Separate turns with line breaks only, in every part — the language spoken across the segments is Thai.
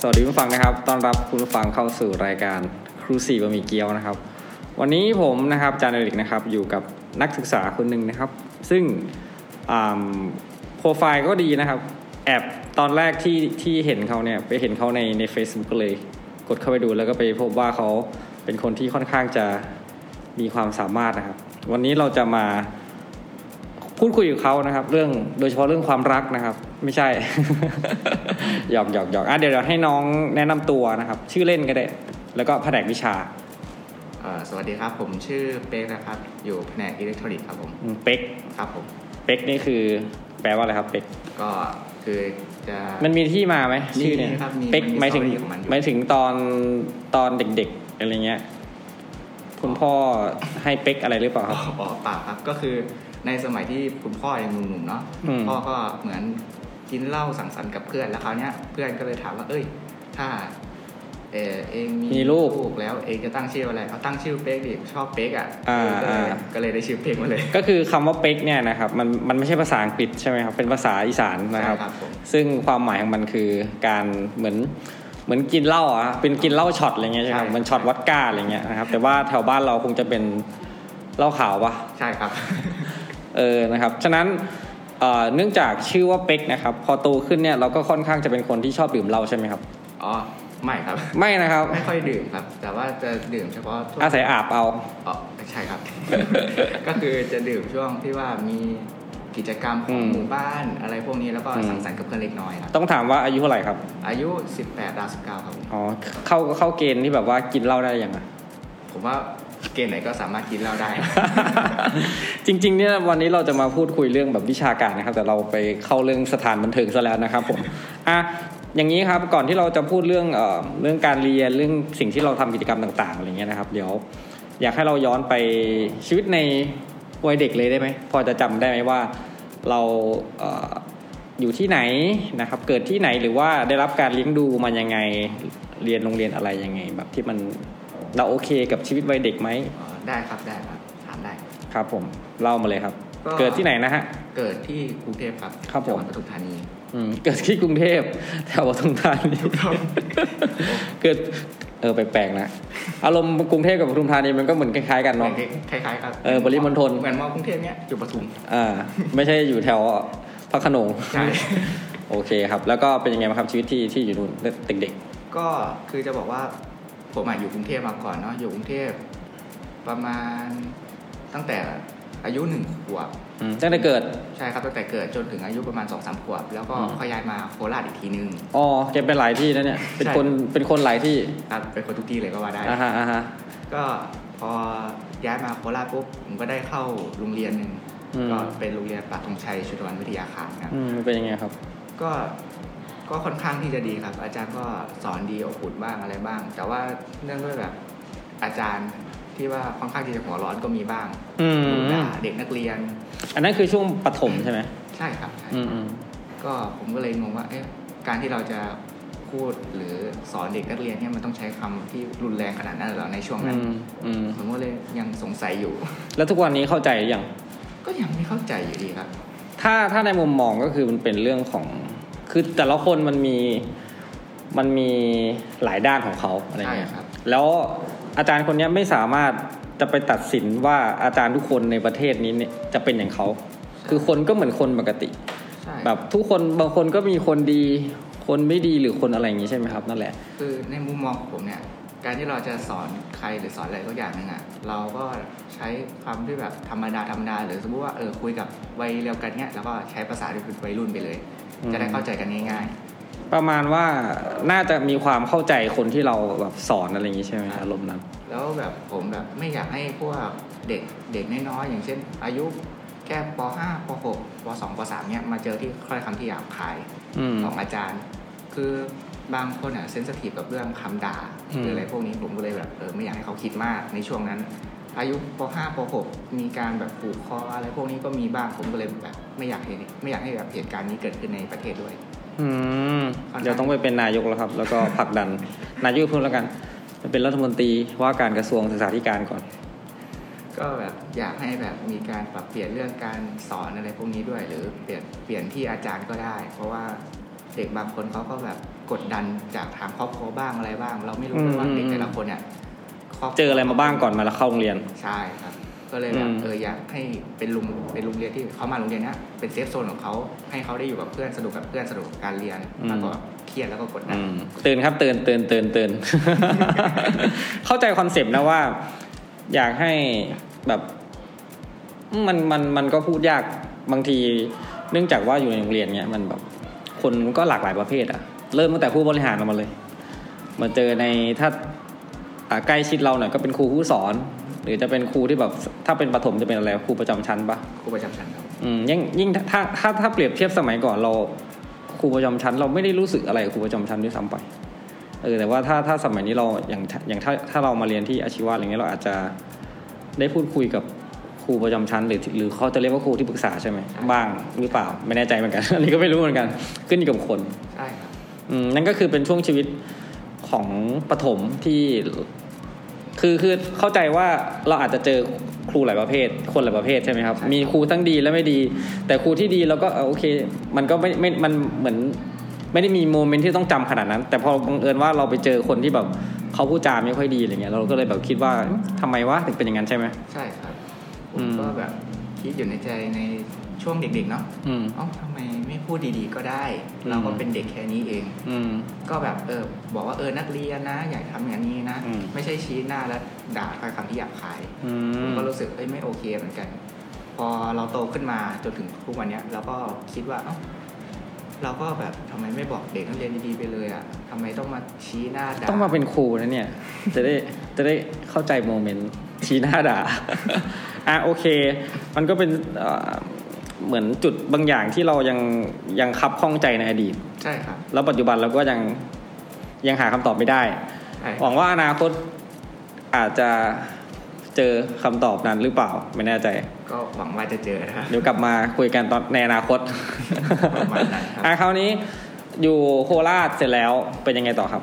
สวัสดีผู้ฟังนะครับ ต้อนรับคุณผู้ฟังเข้าสู่รายการครูสี่บะหมี่เกี๊ยวนะครับ วันนี้ผมนะครับจานเอริกนะครับอยู่กับนักศึกษาคนหนึ่งนะครับ ซึ่งอ่าโปรไฟล์ก็ดีนะครับ แอบตอนแรกที่ที่เห็นเขาเนี่ยไปเห็นเขาในใน Facebook ก็เลย กดเข้าไปดูแล้วก็ไปพบว่าเขาเป็นคนที่ค่อนข้างจะมีความสามารถนะครับ วันนี้เราจะมา พูดคุยกับเขานะครับ เรื่องโดยเฉพาะเรื่องความรักนะครับ ไม่ใช่ หยอกหยอกหยอกอ่ะเดี๋ยวเราให้น้องแนะนำตัวนะครับ ชื่อเล่นก็ได้ แล้วก็แผนกวิชา
เอ่อสวัสดีครับ ผมชื่อเป๊กนะครับ อยู่แผนกอิเล็กทรอนิกส์ครับผม
อืมเป็ก
ครับผม
เป็กนี่คือ แปลว่าอะไรครับเป็ก
ก็คือจะ
มันมีที่มาไหมชื่อเนี่ย
มีครับมี
เป็ก
มันมี
หมายถึง
story ของมันอยู่
หมายถึงตอนตอนเด็กๆอะไรเงี้ย คุณพ่อให้เป็กอะไรหรือเปล่าค
อ๋
รับ
อเปล่าครับก็คือในสมัยที่คุณพ่อยังหนุ่มๆเนาะ
อืม
พ่อก็เหมือนกินเหล้าสังสรรค์กับเพื่อนแล้วคราวเนี้ยเพื่อนก็เลยถามว่า เอ้ย ถ้าเออเองมี
มีลูก
กแล้วเองจะตั้งชื่ออะไรเอาตั้งชื่อเป๊กดิชอบเป๊กอ่ะ
อ่า
ก็เลยก็เลยได้ชื่อเป๊กมาเลย
ก็คือคำว่าเป็กเนี่ยนะครับมันมันไม่ใช่ภาษาอังกฤษใช่ไหมครับ เป็นภาษาอีสานนะครับ
ครับผม
ซึ่งความหมายของมันคือการเหมือนเหมือนกินเหล้าอ่ะเป็นกินเหล้าช็อตอะไรเงี้ยใช่ไหมครับ
ใช่
เหมือนช็อตวอดก้าอะไรเงี้ยนะครับแต่ว่าแถวบ้านเราคงจะเป็นเหล้าขาวปะ
ใช่ครับ
เออนะครับฉะนั้นเอ่อเนื่องจากชื่อว่าเป็กนะครับพอโตขึ้นเนี่ยเราก็ค่อนข้างจะเป็นคนที่ชอบดื่มเหล้าใช่ไหมครับ
อ๋อไม่ครับ
ไม่นะครับ
ไม่ค่อยดื่มครับ แต่ว่าจะดื่มเฉพาะทั่ว
อาศัยอาบเอา
อ๋อใช่ครับ ก็คือจะดื่มช่วงที่ว่ามีกิจกรรมขอ
อื
ง
ม
หมู่บ้านอะไรพวกนี้แล้วก็
อืม
สังสรรค์กับเพื่อนเล็กน้อยครับ
ต้องถามว่าอายุเท่าไหร่ครับ
อายุ 18ดาว19ครับผม
อ๋อเข้าเข้าเกณฑ์ที่แบบว่ากินเหล้าได้ยังไง
ผมว่าเกณฑ์ไหนก็สามารถกินเหล้า ได้
จริงๆเนี่ยวันนี้เราจะมาพูดคุยเรื่องแบบวิชาการนะครับ แต่เราไปเข้าเรื่องสถานบันเทิงซะแล้วนะครับผม อ่ะอย่างนี้ครับก่อนที่เราจะพูดเรื่องเอ่อเรื่องการเรียนเรื่องสิ่งที่เราทำกิจกรรมต่างๆอะไรเงี้ยนะครับ เดี๋ยว อยากให้เราย้อนไปชีวิตในวัยเด็กเลยได้ไหมพอจะจำได้ไหมว่าเราเอ่ออยู่ที่ไหนนะครับ เกิดที่ไหนหรือว่าได้รับการเลี้ยงดูมันยังไงเรียนโรงเรียนอะไรยังไง แบบที่มันเราโอเคกับชีวิตวัยเด็กไหม
อ๋อได้ครับได้ครับถามได้
ครับผมเล่ามาเลยครับ
ก็
เกิดที่ไหนนะฮะ
เกิดที่กรุงเทพครับ
ครับผม
จังหวัดปทุมธานี
อืมเกิดที่กรุงเทพแถวปทุมธานี
ถูกต้อง
เกิดเออแปลกๆนะอารมณ์กรุงเทพกับปทุมธานีมันก็เหมือนคล้ายๆกัน
เหมือ
เนาะ
นคล้ายๆครับ
เออปริมณฑล
เหมือนมอกรุงเทพเนี้ยอยู่ปทุม
อ่าไม่ใช่อยู่แถวพระโขนง
ใช่
โอเคครับ แล้วก็เป็นยังไงบ้างครับชีวิตที่ที่อยู่นู่นเด็ก
ก็คือจะบอกว่าผมอะอยู่กรุงเทพมาก่อนเนาะอยู่กรุงเทพประมาณตั้งแต่อายุหนึ่งขวบ
ๆอืมตั้งแต่เกิด
ใช่ครับตั้งแต่เกิดจนถึงอายุประมาณ2อสามขวบ แล้วก็
อืม
ค่อยย้ายมาโคราชอีกทีนึง
อ๋อแกเป็นหลายที่นะเนี่ย เป็น
ใช่
คนเป็นคนหลายที่
ครับเป็นคนทุกที่เลยก็ว่าได้
อ่าฮะอ่าฮะ
ก็พอย้ายมาโคราชปุ๊บผมก็ได้เข้าโรงเรียนหนึ่ง
อืม
ก็เป็นโรงเรียนปราทงชัยชุดวันวิทยาคารครับ
อืมเป็นยังไงครับ
ก็ก็ค่อนข้างที่จะดีครับ อาจารย์ก็สอนดีอบอุ่นบ้างอะไรบ้าง แต่ว่าเนื่องด้วยแบบอาจารย์ที่ว่าค่อนข้างที่จะหัวร้อนก็มีบ้าง
อืม
ดุด่าเด็กนักเรียน
อันนั้นคือช่วงปฐมใช่ไหม
ใช่ครับใช่
อืมอืม
ก็ผมก็เลยงงว่าเอ๊ะการที่เราจะพูดหรือสอนเด็กนักเรียนเนี่ยมันต้องใช้คำที่รุนแรงขนาดนั้นเหรอในช่วง
อื
นั้น
มอืม
ผมก็เลยยังสงสัยอยู่
แล้วทุกวันนี้เข้าใจหรือยัง
ก็ยังไม่เข้าใจอยู่ดีครับ
ถ้าถ้าในมุมมองก็คือมันเป็นเรื่องของ คือแต่ละคนมันมีมันมีหลายด้านของเขาอะไรเงี้ย
ใช่ครับ
แล้วอาจารย์คนเนี้ยไม่สามารถจะไปตัดสินว่าอาจารย์ทุกคนในประเทศนี้เนี่ยจะเป็นอย่างเขา คือคนก็เหมือนคนปกติ
ใช่
แบบทุกคนบางคนก็มีคนดี คนไม่ดีหรือคนอะไรอย่างงี้ใช่ไหมครับนั่นแหละ
คือในมุมมองของผมเนี่ย การที่เราจะสอนใครหรือสอนอะไรสัก็อย่างหนึ่งอ่ะเราก็ใช้คำที่แบบธรรมดาธรรมดาหรือสมมติว่าเออคุยกับวัยเดียวกันเนี่ยแล้วก็ใช้ภาษาที่เป็นวัยรุ่นไปเลย
อืม
จะได้เข้าใจกันง่าย
ประมาณว่าน่าจะมีความเข้าใจคนที่เราแบบสอนอะไรอย่างงี้ใช่ไหมอารมณ์นั้น
ๆ แล้วแบบผมแบบไม่อยากให้พวกเด็กเด็กน้อยๆอย่างเช่น อายุแค่ป .5 ป .6 ป .2 ป .3 เนี่ยมาเจอที่ค่อยคำที่หยาบคาย
อืม
ของอาจารย์ คือบางคนอ่ะเซนสทีฟกับเรื่องคำด่า
อืม
หรืออะไรพวกนี้ผมก็เลยแบบเออไม่อยากให้เขาคิดมากในช่วงนั้น อายุป .5 ป .6 มีการแบบผูกคออะไรพวกนี้ก็มีบ้างผมก็เลยแบบไม่อยากเห็นไม่อยากให้แบบเหตุการณ์นี้เกิดขึ้นในประเทศด้วย
อืม
ค่อนข้าง
เดี๋ยวต้องไปเป็นนายกแล้วครับ แล้วก็ผลักดัน นายกเพิ่มแล้วกันจะเป็นรัฐมนตรีว่าการกระทรวงศึกษาธิการก่อน
ก็แบบอยากให้แบบมีการปรับเปลี่ยนเรื่องการสอนอะไรพวกนี้ด้วย หรือเปลี่ยนเปลี่ยนที่อาจารย์ก็ได้ เพราะว่า เด็กบางคนเขาก็แบบกดดันจากทางครอบครัวบ้างอะไรบ้าง เราไม่รู้เลยว่าเด็กแต่ละคนเนี่ยคบคว
เจออะไรมาบ้างก่อนมาแล้วเข้าโรงเรียน
ใช่ครับ ก็เลยแบ
อื
บ
ม
เอออยากให้เป็นลุงเป็นโรงเรียนที่เขามาโรงเรียนเนี้ยเป็นเซฟโซนของเขาให้เขาได้อยู่กับเพื่อนสนุกกับเพื่อนสนุกกับการเรียนมากกว่าเครียดแล้วก็กดดั
อื
น
มตื่นครับตื่นตื่นตื่นตื่น เข้าใจคอนเซปต์นะว่า อยากให้แบบมันมันมันก็พูดยากบางที เนื่องจากว่าอยู่ในโรงเรียนเนี้ยมันแบบคนมันก็หลากหลายประเภทอะเริ่มตั้งแต่ผู้บริหารออกมาเลย มาเจอในถ้าอ่าใกล้ชิดเราหน่อยก็เป็นครูผู้สอน หรือจะเป็นครูที่แบบ ถ้าเป็นประถมจะเป็นอะไรครูประจำชั้นปะ
ครูประจำชั้นครับ
อืมยิ่งยิ่งถ้าถ้าถ้าถ้าเปรียบเทียบสมัยก่อนเราครูประจำชั้น เราไม่ได้รู้สึกอะไรกับครูประจำชั้นด้วยซ้ำไปเออแต่ว่าถ้าถ้าสมัยนี้เราอย่างอย่างถ้าถ้าเรามาเรียนที่อาชีวะอะไรเงี้ยเราอาจจะได้พูดคุยกับครูประจำชั้น หรือหรือเขาจะเรียกว่าครูที่ปรึกษาใช่ไหมบ้างหรือเปล่าไม่แน่ใจเหมือนกัน อันนี้ก็ไม่รู้เหมือนกันขึ้นอยู่กับคน
ใช่ครับ
อืมนั่นก็คือเป็นช่วงชีวิตของปฐมที่ คือคือเข้าใจว่าเราอาจจะเจอครูหลายประเภท คนหลายประเภทใช่ไหมครับ มีครูทั้งดีและไม่ดี แต่ครูที่ดีเราก็เออโอเค มันก็ไม่ไม่มันเหมือน ไม่ได้มีโมเมนต์ที่ต้องจำขนาดนั้น แต่พอบังเอิญว่าเราไปเจอคนที่แบบเขาพูดจาไม่ค่อยดีอะไรเงี้ยเราก็เลยแบบคิดว่าเอ๊ะทำไมวะถึงเป็นอย่างนั้นใช่ไหม
ใช่ครับผ
อื
ม
ม
ก็แบบคิดอยู่ในใจในช่วงเด็กๆเนาะ
อืม
เอ้าทำไมไม่พูดดีๆก็ได้
อืม
เราก็เป็นเด็กแค่นี้เอง
อืม
ก็แบบเออบอกว่าเออนักเรียนนะ อยากทำอย่างนี้นะ
อืม
ไม่ใช่ชี้หน้าแล้วด่าถ้อยคำที่หยาบคาย
อื
ผม มก็รู้สึกเอ้ยไม่โอเคเหมือนกัน พอเราโตขึ้นมาจนถึงทุกวันเนี้ยเราก็คิดว่าเอ้าเราก็แบบทำไมไม่บอกเด็กนักเรียนดีๆไปเลยอ่ะทำไมต้องมาชี้หน้าด่า
ต้องมาเป็นครูนะเนี่ย จะได้จะได้เข้าใจโมเมนต์ชี้หน้าด่า อ่ะโอเค มันก็เป็นเอ่อเหมือนจุดบางอย่างที่เรายังยังคับข้องใจในอดีต
ใช่ครับ
แล้วปัจจุบันเราก็ยังยังหาคำตอบไม่ได้
ใช่
หวังว่าอนาคตอาจจะเจอคำตอบนั้นหรือเปล่าไม่แน่ใจ
ก็หวังว่าจะเจอนะครับ
เดี๋ยวกลับมาคุยกันตอนในอนาคต
ประมาณนั้นครับ
อ่ะคราวนี้อยู่โคราชเสร็จแล้วเป็นยังไงต่อครับ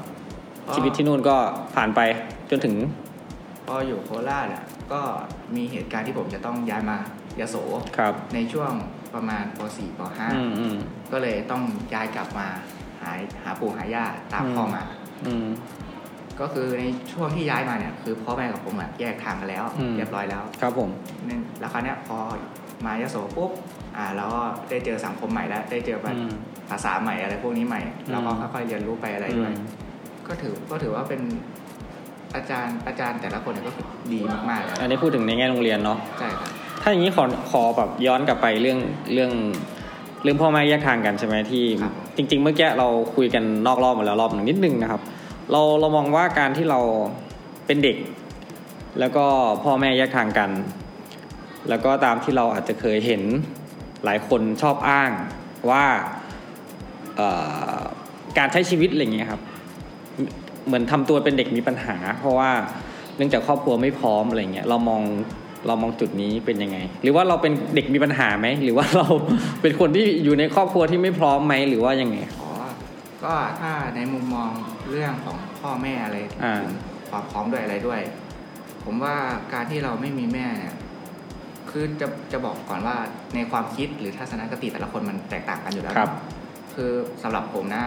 ชีวิตที่นู่นก็ผ่านไปจนถึง
พออยู่โคราชอ่ะก็มีเหตุการณ์ที่ผมจะต้องย้ายมายโส
ครับ
ในช่วงประมาณป .4 ป
อืมอืม
.5 ก็เลยต้องย้ายกลับมาหาหาปู่หาย่าตาม
อืม
พ่อมา
อืม
ก็คือในช่วงที่ย้ายมาเนี่ยคือพ่อแม่กับผมอะแยกทางกันแล้ว
อืม
เรียบร้อยแล้ว
ครับผม
นั่นแล้วคราวเนี้ยพอมายโสปุ๊บอ่าเราก็ได้เจอสังคมใหม่แล้วได้เจอแบบ
อืม
ภาษาใหม่อะไรพวกนี้ใหม่แล้วก็ค่อยๆเรียนรู้ไปอะไร
อื
ไป
ม
ก็ถือก็ถือว่าเป็นอาจารย์อาจารย์แต่ละคนเนี่ยก็คือดีมากๆแล้ว
อันนี้พูดถึงในแง่โรงเรียนเนาะ
ใช่ครับ
ถ้าอย่างนี้ขอขอแบบย้อนกลับไปเรื่องเรื่องเรื่องพ่อแม่แยกทางกันใช่ไหมที่ จริง ๆ เมื่อกี้เราคุยกันนอกรอบมาแล้วรอบหนึ่งนิดนึงนะครับ เราเรามองว่าการที่เราเป็นเด็ก แล้วก็พ่อแม่แยกทางกัน แล้วก็ตามที่เราอาจจะเคยเห็นหลายคนชอบอ้างว่าเอ่อการใช้ชีวิตอะไรอย่างเงี้ยครับ เหมือนทำตัวเป็นเด็กมีปัญหา เพราะว่าเนื่องจากครอบครัวไม่พร้อมอะไรเงี้ยเรามองเรามองจุดนี้เป็นยังไง หรือว่าเราเป็นเด็กมีปัญหาไหมหรือว่าเรา เป็นคนที่อยู่ในครอบครัวที่ไม่พร้อมไหมหรือว่ายังไง
อ๋อก็ถ้าในมุมมองเรื่องของพ่อแม่อะไร
อ่า
ถึงความพร้อมด้วยอะไรด้วย ผมว่าการที่เราไม่มีแม่เนี่ยคือจะจะบอกก่อนว่าในความคิดหรือทัศนคติแต่ละคนมันแตกต่างกันอยู่แล้ว คือสำหรับผมนะ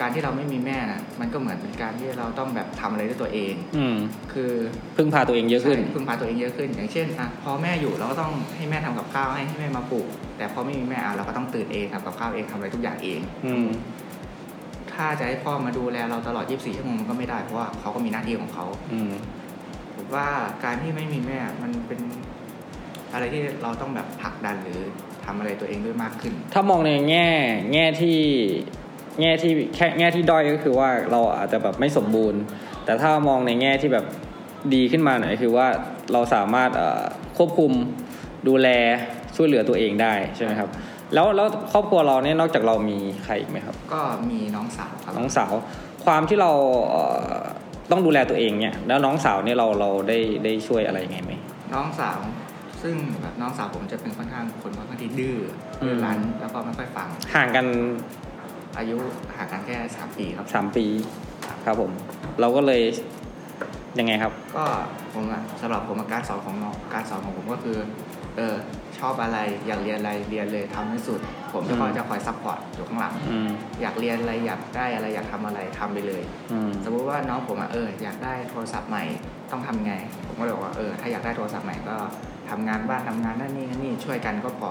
การที่เราไม่มีแม่นะมันก็เหมือนเป็นการที่เราต้องแบบทำอะไรด้วยตัวเอง
อืม
คือ
พึ่งพาตัวเองเยอะขึ้น
ใช่พึ่งพาตัวเองเยอะขึ้น อย่างเช่นอ่ะพอแม่อยู่เราก็ต้องให้แม่ทำกับข้าวให้ให้แม่มาปลูก แต่พอไม่มีแม่อ่ะเราก็ต้องตื่นเองทำกับข้าวเองทำอะไรทุกอย่างเอง
อืม
ถ้าจะให้พ่อมาดูแลเราตลอด 24 ชั่วโมงมันก็ไม่ได้เพราะว่าเขาก็มีหน้าที่ของเขา
อืม
ผมว่าการที่ไม่มีแม่มันเป็นอะไรที่เราต้องแบบผลักดันหรือทำอะไรตัวเองด้วยมากขึ้น
ถ้ามองในแง่ แง่ที่แง่ที่แค่แง่ที่ด้อยก็คือว่าเราอาจจะแบบไม่สมบูรณ์ แต่ถ้ามองในแง่ที่แบบดีขึ้นมาหน่อยคือว่าเราสามารถเอ่อควบคุมดูแลช่วยเหลือตัวเองได้ใช่ไหมครับ แล้วแล้วครอบครัวเราเนี่ยนอกจากเรามีใครอีกไหมครับ
ก็มีน้องสาวครับ
น้องสาวความที่เราเอ่อต้องดูแลตัวเองเนี่ย แล้วน้องสาวเนี่ยเราเราได้ได้ช่วยอะไรยังไงไหม
น้องสาว ซึ่งแบบน้องสาวผมจะเป็นค่อนข้างคนค่อนข้างที่ดื้อ
อืม
ดื้อรั้นแล้วก็ไม่ค่อยฟัง
ห่างกัน
อายุห่างกันแค่สามปีครับ
สามปีครับผม เราก็เลยยังไงครับ
ก็ผมอะสำหรับผมอะการสอนของน้องการสอนของผมก็คือ เออชอบอะไรอยากเรียนอะไรเรียนเลยทำให้สุด ผม
อืม
ก็จะคอยซัพพอร์ตอยู่ข้างหลัง
อืม
อยากเรียนอะไรอยากได้อะไรอยากทำอะไรทำไปเลย
อืม
สมมุติว่าน้องผมอ่ะเอออยากได้โทรศัพท์ใหม่ต้องทำไง ผมก็เลยบอกว่าเออถ้าอยากได้โทรศัพท์ใหม่ก็ทำงานบ้านทำงานนั่นนี่นั่นนี่ช่วยกันก็พอ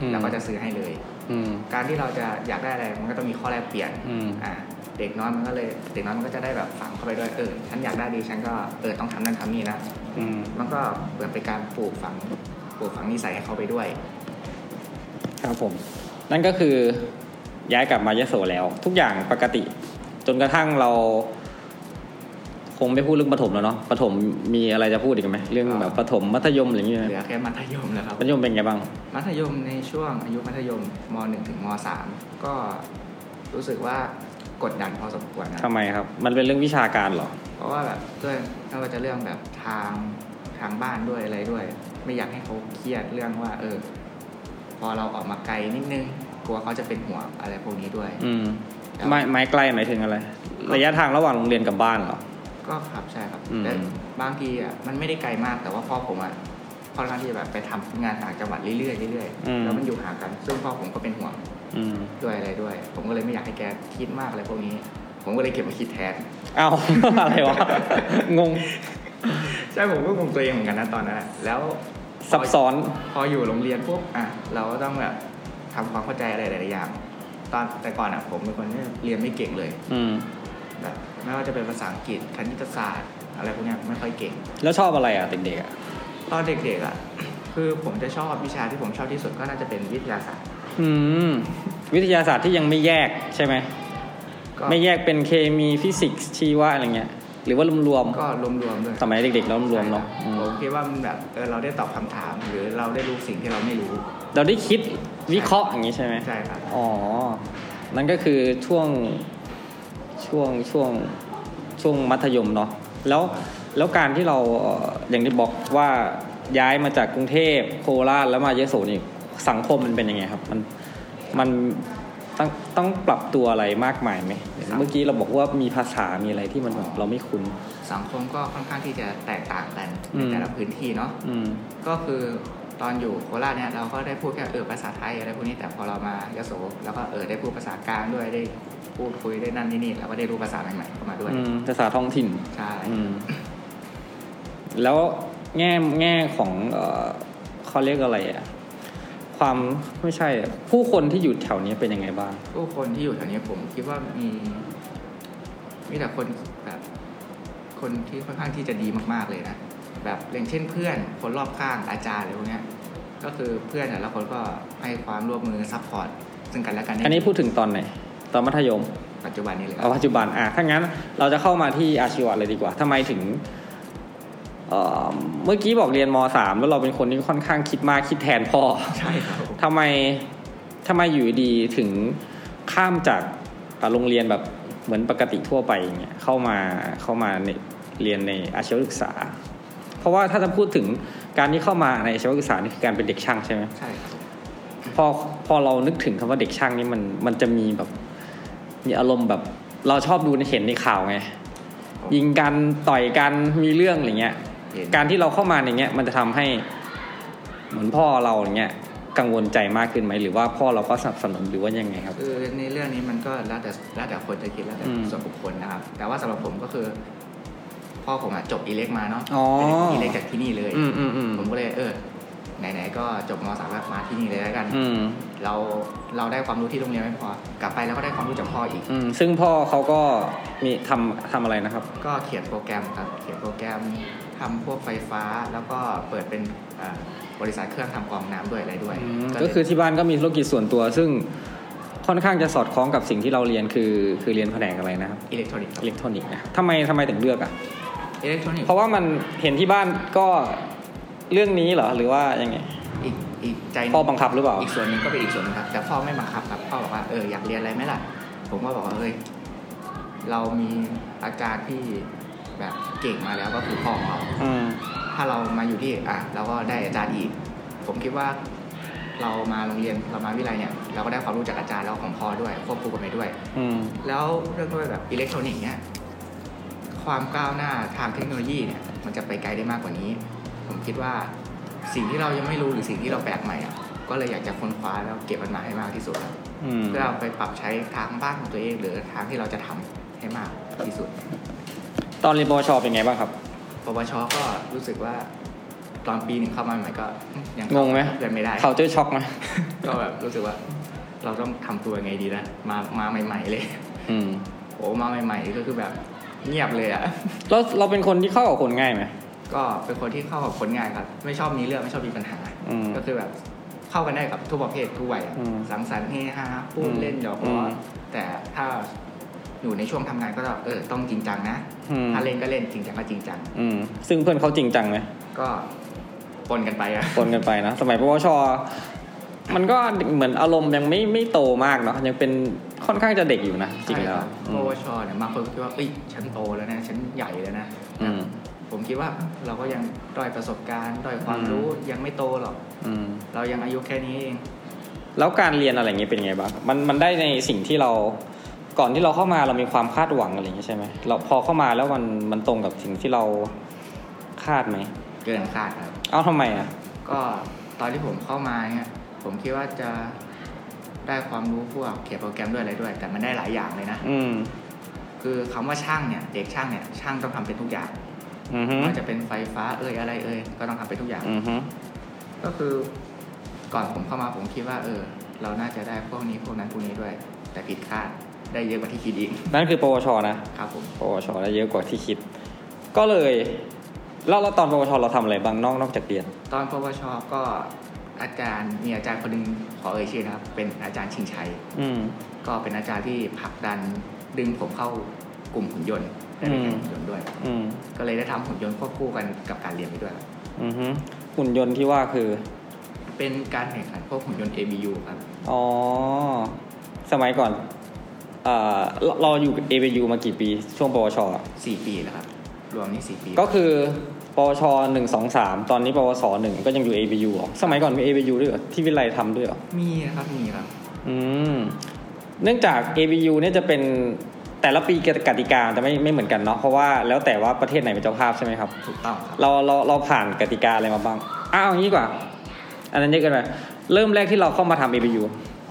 อเราก็จะซื้อให้เลย
อืม
การที่เราจะอยากได้อะไรมันก็ต้องมีข้อแลกเปลี่ยน
อืม
อ่าเด็กน้อยมันก็เลยเด็กน้อยมันก็จะได้แบบฝังเข้าไปด้วยเออฉันอยากได้ดีฉันก็เออต้องทำนั่นทำนี่นะ
อืม
มันก็เหมือนเป็นการปลูกฝังปลูกฝังนิสัยให้เขาไปด้วย
ครับผมนั่นก็คือย้ายกลับมายโสแล้ว ทุกอย่างปกติ จนกระทั่งเรา คงไม่พูดเรื่องปฐมแล้วเนาะปฐมมีอะไรจะพูดอีกไหมเรื่องแบบปฐมมัธยมอะไรอย่างเงี้ย
เหลือแค่มัธยมแล้วครับ
มัธยมเป็นไงบ้าง
มัธยมในช่วงอายุมัธยมม .1 ถึงม .3 ก็รู้สึกว่ากดดันพอสมควรนะ
ทำไมครับ มันเป็นเรื่องวิชาการเหรอ
เพราะว่าแบบด้วยไม่ว่าจะเรื่องแบบทางทางบ้านด้วยอะไรด้วย ไม่อยากให้เขาเครียดเรื่องว่า เออ พอเราออกมาไกลนิดนึงกลัวเขาจะเป็นห่วงอะไรพวกนี้ด้วย
อืม
ครับ
ไม้ไม้ไกลหมายถึงอะไร ระยะทางระหว่างโรงเรียนกับบ้านเหรอ
ก็ครับใช่ครับ
อืม
แต่บางทีอ่ะมันไม่ได้ไกลมากแต่ว่าพ่อผมอ่ะค่อนข้างที่จะแบบไปทำงานต่างจังหวัดเรื่อยๆเรื่อยๆแล้วมันอยู่ห่างกันซึ่งพ่อผมก็เป็นห่วง
อืม
ด้วยอะไรด้วย ผมก็เลยไม่อยากให้แกคิดมากอะไรพวกนี้ ผมก็เลยเก็บมาคิดแทน
เอา อะไรวะ งง
ใช่ผมก็คงตัวเองเหมือนกันนะตอนนั้นอะแล้วพ
ซับซ้อน
พออยู่โรงเรียนปุ๊บอ่ะเราก็ต้องแบบทำความเข้าใจอะไรหลายๆอย่าง ตอนแต่ก่อนอ่ะผมเป็นคนที่เรียนไม่เก่งเลย
อืม
แบบไม่ว่าจะเป็นภาษาอังกฤษคณิตศาสตร์ อะไรพวกเนี้ยไม่ค่อยเก่ง
แล้วชอบอะไรอ่ะเด็กๆอ่ะ
ตอนเด็กๆอ่ะ คือผมจะชอบวิชาที่ผมชอบที่สุดก็น่าจะเป็นวิทยาศาสตร์
อืม วิทยาศาสตร์ที่ยังไม่แยกใช่ไหม
ก็
ไม่แยกเป็นเคมีฟิสิกส์ชีวะอะไรเงี้ย หรือว่ารวม
ก็รวมๆด้วย
ๆสมัยเด็กๆเรารวมๆเนาะอืม
ผมคิดว่ามันแบบเออเราได้ตอบคำถาม หรือเราได้รู้สิ่งที่เราไม่รู้
เราได้คิดวิเคราะห์อย่างนี้ใช่ไหม
ใช่ครับ
อ๋อ นั่นก็คือช่วงช่วงช่วงช่วงมัธยมเนาะแล้วแล้วการที่เราเอ่ออย่างที่บอกว่าย้ายมาจากกรุงเทพโคราชแล้วมาเยโสนี่สังคมมันเป็นยังไงครับ มันมันต้องต้องปรับตัวอะไรมากมายไหมเมื่อกี้เราบอกว่ามีภาษามีอะไรที่มันแบบเราไม่คุ้น
สังคมก็ค่อนข้างที่จะแตกต่างกัน
อื
ใน
ม
แต่ละพื้นที่เนาะ
อืม
ก็คือตอนอยู่โคราชเนี่ยเราก็ได้พูดแค่เออภาษาไทยอะไรพวกนี้แต่พอเรามายโสแล้วก็เออได้พูดภาษากลางด้วยได้พูดคุยได้นั่นนี่นี่แล้วก็ได้รู้ภาษาใหม่ๆเข้ามาด้วย
อืมภาษาท้องถิ่น
ใช่
อืมแล้วแง่แง่ของเอ่อเขาเรียกอะไรอะความไม่ใช่อะผู้คนที่อยู่แถวนี้เป็นยังไงบ้าง
ผู้คนที่อยู่แถวนี้ผมคิดว่ามีมีแต่คนแบบคนที่ค่อนข้างที่จะดีมากๆเลยนะแบบอย่างเช่นเพื่อนคนรอบข้างอาจารย์อะไรพวกเนี้ยก็คือเพื่อนแต่ละคนก็ให้ความร่วมมือซัพพอร์ตซึ่งกันและกัน
อันนี้พูดถึงตอนไหน ตอนมัธยม
ปัจจุบันนี้เลย
เอาปัจจุบันอ่ะถ้างั้นเราจะเข้ามาที่อาชีวะเลยดีกว่าทำไมถึงเอ่อเมื่อกี้บอกเรียนมสามแล้วเราเป็นคนที่ค่อนข้างคิดมากคิดแทนพ่อ
ใช่ครับผม
ทำไมทำไมอยู่ดีถึงข้ามจากอ่ะโรงเรียนแบบเหมือนปกติทั่วไปอย่างเงี้ยเข้ามาเข้ามาในเรียนในอาชีวศึกษา เพราะว่าถ้าจะพูดถึงการที่เข้ามาในอาชีวศึกษานี่คือการเป็นเด็กช่างใช่ไหม
ใช่ครับผม
พอพอเรานึกถึงคำว่าเด็กช่างนี่มันมันจะมีแบบมีอารมณ์แบบเราชอบดูในเห็นในข่าวไงยิงกันต่อยกันมีเรื่องอะไรเงี้ย
เห็น
การที่เราเข้ามาในเงี้ยมันจะทำให้เหมือนพ่อเราอย่างเงี้ยกังวลใจมากขึ้นไหมหรือว่าพ่อเราก็สนับสนุนหรือว่ายังไงครับ
คือในเรื่องนี้มันก็แล้วแต่แล้วแต่คนจะคิดแล้วแต่
อืม
ส่วนบุคคลนะครับ แต่ว่าสำหรับผมก็คือ พ่อผมอะจบอีเล็กมาเนาะ
อ๋อ
อีเล็กจากที่นี่เลย
อืมอืมอืม
ผมก็เลยเออไหนๆก็จบมสามแล้วมาที่นี่เลยแล้วกัน
อืม
เราเราได้ความรู้ที่โรงเรียนไม่พอ กลับไปแล้วก็ได้ความรู้จากพ่ออีก
อืมซึ่งพ่อเขาก็มีทำทำอะไรนะครับ
ก็เขียนโปรแกรมครับ เขียนโปรแกรมทำพวกไฟฟ้าแล้วก็เปิดเป็นอ่าบริษัทเครื่องทำกรองน้ำด้วยอะไรด้วยเลย
ก็คือที่บ้านก็มีธุรกิจส่วนตัว ซึ่งค่อนข้างจะสอดคล้องกับสิ่งที่เราเรียนคือคือเรียนแผนกอะไรนะครับ
อิเล็กทรอนิกส์ครั
อิ
บ
เล็กทรอนิกส์นะครับทำไมทำไมถึงเลือกอ่ะ
อิเล็กทรอนิกส์
เพราะว่ามันเห็นที่บ้านก็เรื่องนี้เหรอหรือว่ายังไง
อีกอีกใจหนึ่
พ่อบังคับหรือเปล่า
อีกส่วนหนึงก็เป็นอีกส่วนหนึงครับ แต่พ่อไม่บังคับครับ พ่อบอกว่าเอออยากเรียนอะไรไหมล่ะ ผมก็บอกว่าเอ้ยเรามีอาจารย์ที่แบบเก่งมาแล้วก็คือพ่อของเรา
อืม
ถ้าเรามาอยู่ที่อ่ะเราก็ได้อาจารย์อีก ผมคิดว่าเรามาโรงเรียนเรามาวิทยาลัยเนี่ย เราก็ได้ความรู้จากอาจารย์แล้วของพ่อด้วยควบคู่กันไปด้วย
อืม
แล้วเรื่องด้วยแบบอิเล็กทรอนิกส์เนี่ยความก้าวหน้าทางเทคโนโลยีเนี่ย มันจะไปไกลได้มากกว่านี้ ผมคิดว่าสิ่งที่เรายังไม่รู้หรือสิ่งที่เราแปลกใหม่อะ ก็เลยอยากจะค้นคว้าแล้วเก็บมันมาให้มากที่สุดครับ
อืม
เพื่อเอาไปปรับใช้ทางบ้านของตัวเอง หรือทางที่เราจะทำให้มากที่สุด
ตอนเรียนปวชเป็นไงบ้างครับ
ปวชก็รู้สึกว่าตอนปีหนึ่งเข้ามาใหม่ก็ยัง
งงไหม
เรียนไม่ได้
เขาเจอช็อกไหม
ก็แบบรู้สึกว่าเราต้องทำตัวยังไงดีนะมามาใหม่ ๆ เลย
อืม
โอ้มาใหม่ ๆ ก็คือแบบเงียบเลยอ่ะ
แล้วเราเป็นคนที่เข้ากับคนง่ายไหม
ก็เป็นคนที่เข้ากับคนง่ายครับ ไม่ชอบมีเรื่องไม่ชอบมีปัญหา
อืม
ก็คือแบบเข้ากันได้กับทุกประเภททุกวัยอะ
อืม
สังสรรค์เฮฮาพูด
อืม
เล่นหยอก
อื
ล้อ
ม
แต่ถ้าอยู่ในช่วงทำงานก็ต้องเออต้องจริงจังนะ
อืม
ถ้าเล่นก็เล่นจริงจังก็จริงจัง
อืมซึ่งเพื่อนเขาจริงจังไหม
ก็ปนกันไปอะ
ปนกันไปนะสมัยปวช มันก็เหมือนอารมณ์ยังไม่ไม่โตมากเนาะยังเป็นค่อนข้างจะเด็กอยู่นะจริง
ใช่
แล้
คว บ
อื
ป
ม
วชเนี่ยบางคนก็คิดว่าเอ้ยฉันโตแล้วนะ ฉันใหญ่แล้วนะ
อืม
ผมคิดว่าเราก็ยังด้อยประสบการณ์ด้อยความ
อืม
รู้ยังไม่โตหรอก
อืม
เรายังอายุแค่นี้เอง
แล้วการเรียนอะไรอย่างเงี้ยเป็นไงบ้าง มันมันได้ในสิ่งที่เราก่อนที่เราเข้ามาเรามีความคาดหวังอะไรอย่างเงี้ยใช่ไหมเราพอเข้ามาแล้วมันมันตรงกับสิ่งที่เราคาดไหม
เกินคาดครับ
เอ้าทำไมอ่ะ
ก็ตอนที่ผมเข้ามาเนี่ยผมคิดว่าจะได้ความรู้พวกเขียนโปรแกรมด้วยอะไรด้วย แต่มันได้หลายอย่างเลยนะ
อืม
คือคำว่าช่างเนี่ยเด็กช่างเนี่ยช่างต้องทำเป็นทุกอย่าง
อือฮึ
ไม่ว่าจะเป็นไฟฟ้าเอ่ยอะไรเอ่ยก็ต้องทำเป็นทุกอย่าง
อือฮึ
ก็คือก่อนผมเข้ามาผมคิดว่า เออ เราน่าจะได้พวกนี้พวกนั้นพวกนี้ด้วย แต่ผิดคาดได้เยอะกว่าที่คิดอีก
นั่นคือ ปวชนะ
ครับผม
ปวชได้เยอะกว่าที่คิด ก็เลยแล้วเราตอนปวชเราทำอะไรบ้างนอกนอกจากเรียน
ตอนปวชก็อาจารย์มีอาจารย์คนหนึงขอเอ่ยชื่อนะครับ เป็นอาจารย์ชิงชัย
อืม
ก็เป็นอาจารย์ที่ผลักดันดึงผมเข้ากลุ่มหุ่นยนต์ได้ไปแข่ง
อืม
หุ่นยนต์ด้วย
อืม
ก็เลยได้ทำหุ่นยนต์ควบคู่กันกับการเรียนไปด้วยครับ
อือฮึหุ่นยนต์ที่ว่าคือ
เป็นการแข่งขันพวกหุ่นยนต์ ABU ครับ
อ๋อ สมัยก่อนเอ่อเราเราอยู่ ABU มากี่ปี ช่วงปวชอะ
4 ปีแล้วครับรวมนี่ 4 ปี
ก็คือปวชหนึ่งสองสามตอนนี้ปวสหนึ่งก็ยังอยู่ ABU เหรอสมัยก่อนมี ABU ด้วยเหรอที่วิไลทำด้วยเหรอ
มีครับมีครับ
อืมเนื่องจาก ABU เนี่ยจะเป็นแต่ละปีกติกาจะไม่ไม่เหมือนกันเนาะเพราะว่าแล้วแต่ว่าประเทศไหนเป็นเจ้าภาพใช่ไหมครับ
ถูกต้องครับ
เราเราเราผ่านกติกาอะไรมาบ้างอ้าวอย่างนี้ดีกว่า อันนั้นเยอะเกินไปเริ่มแรกที่เราเข้ามาทำ ABU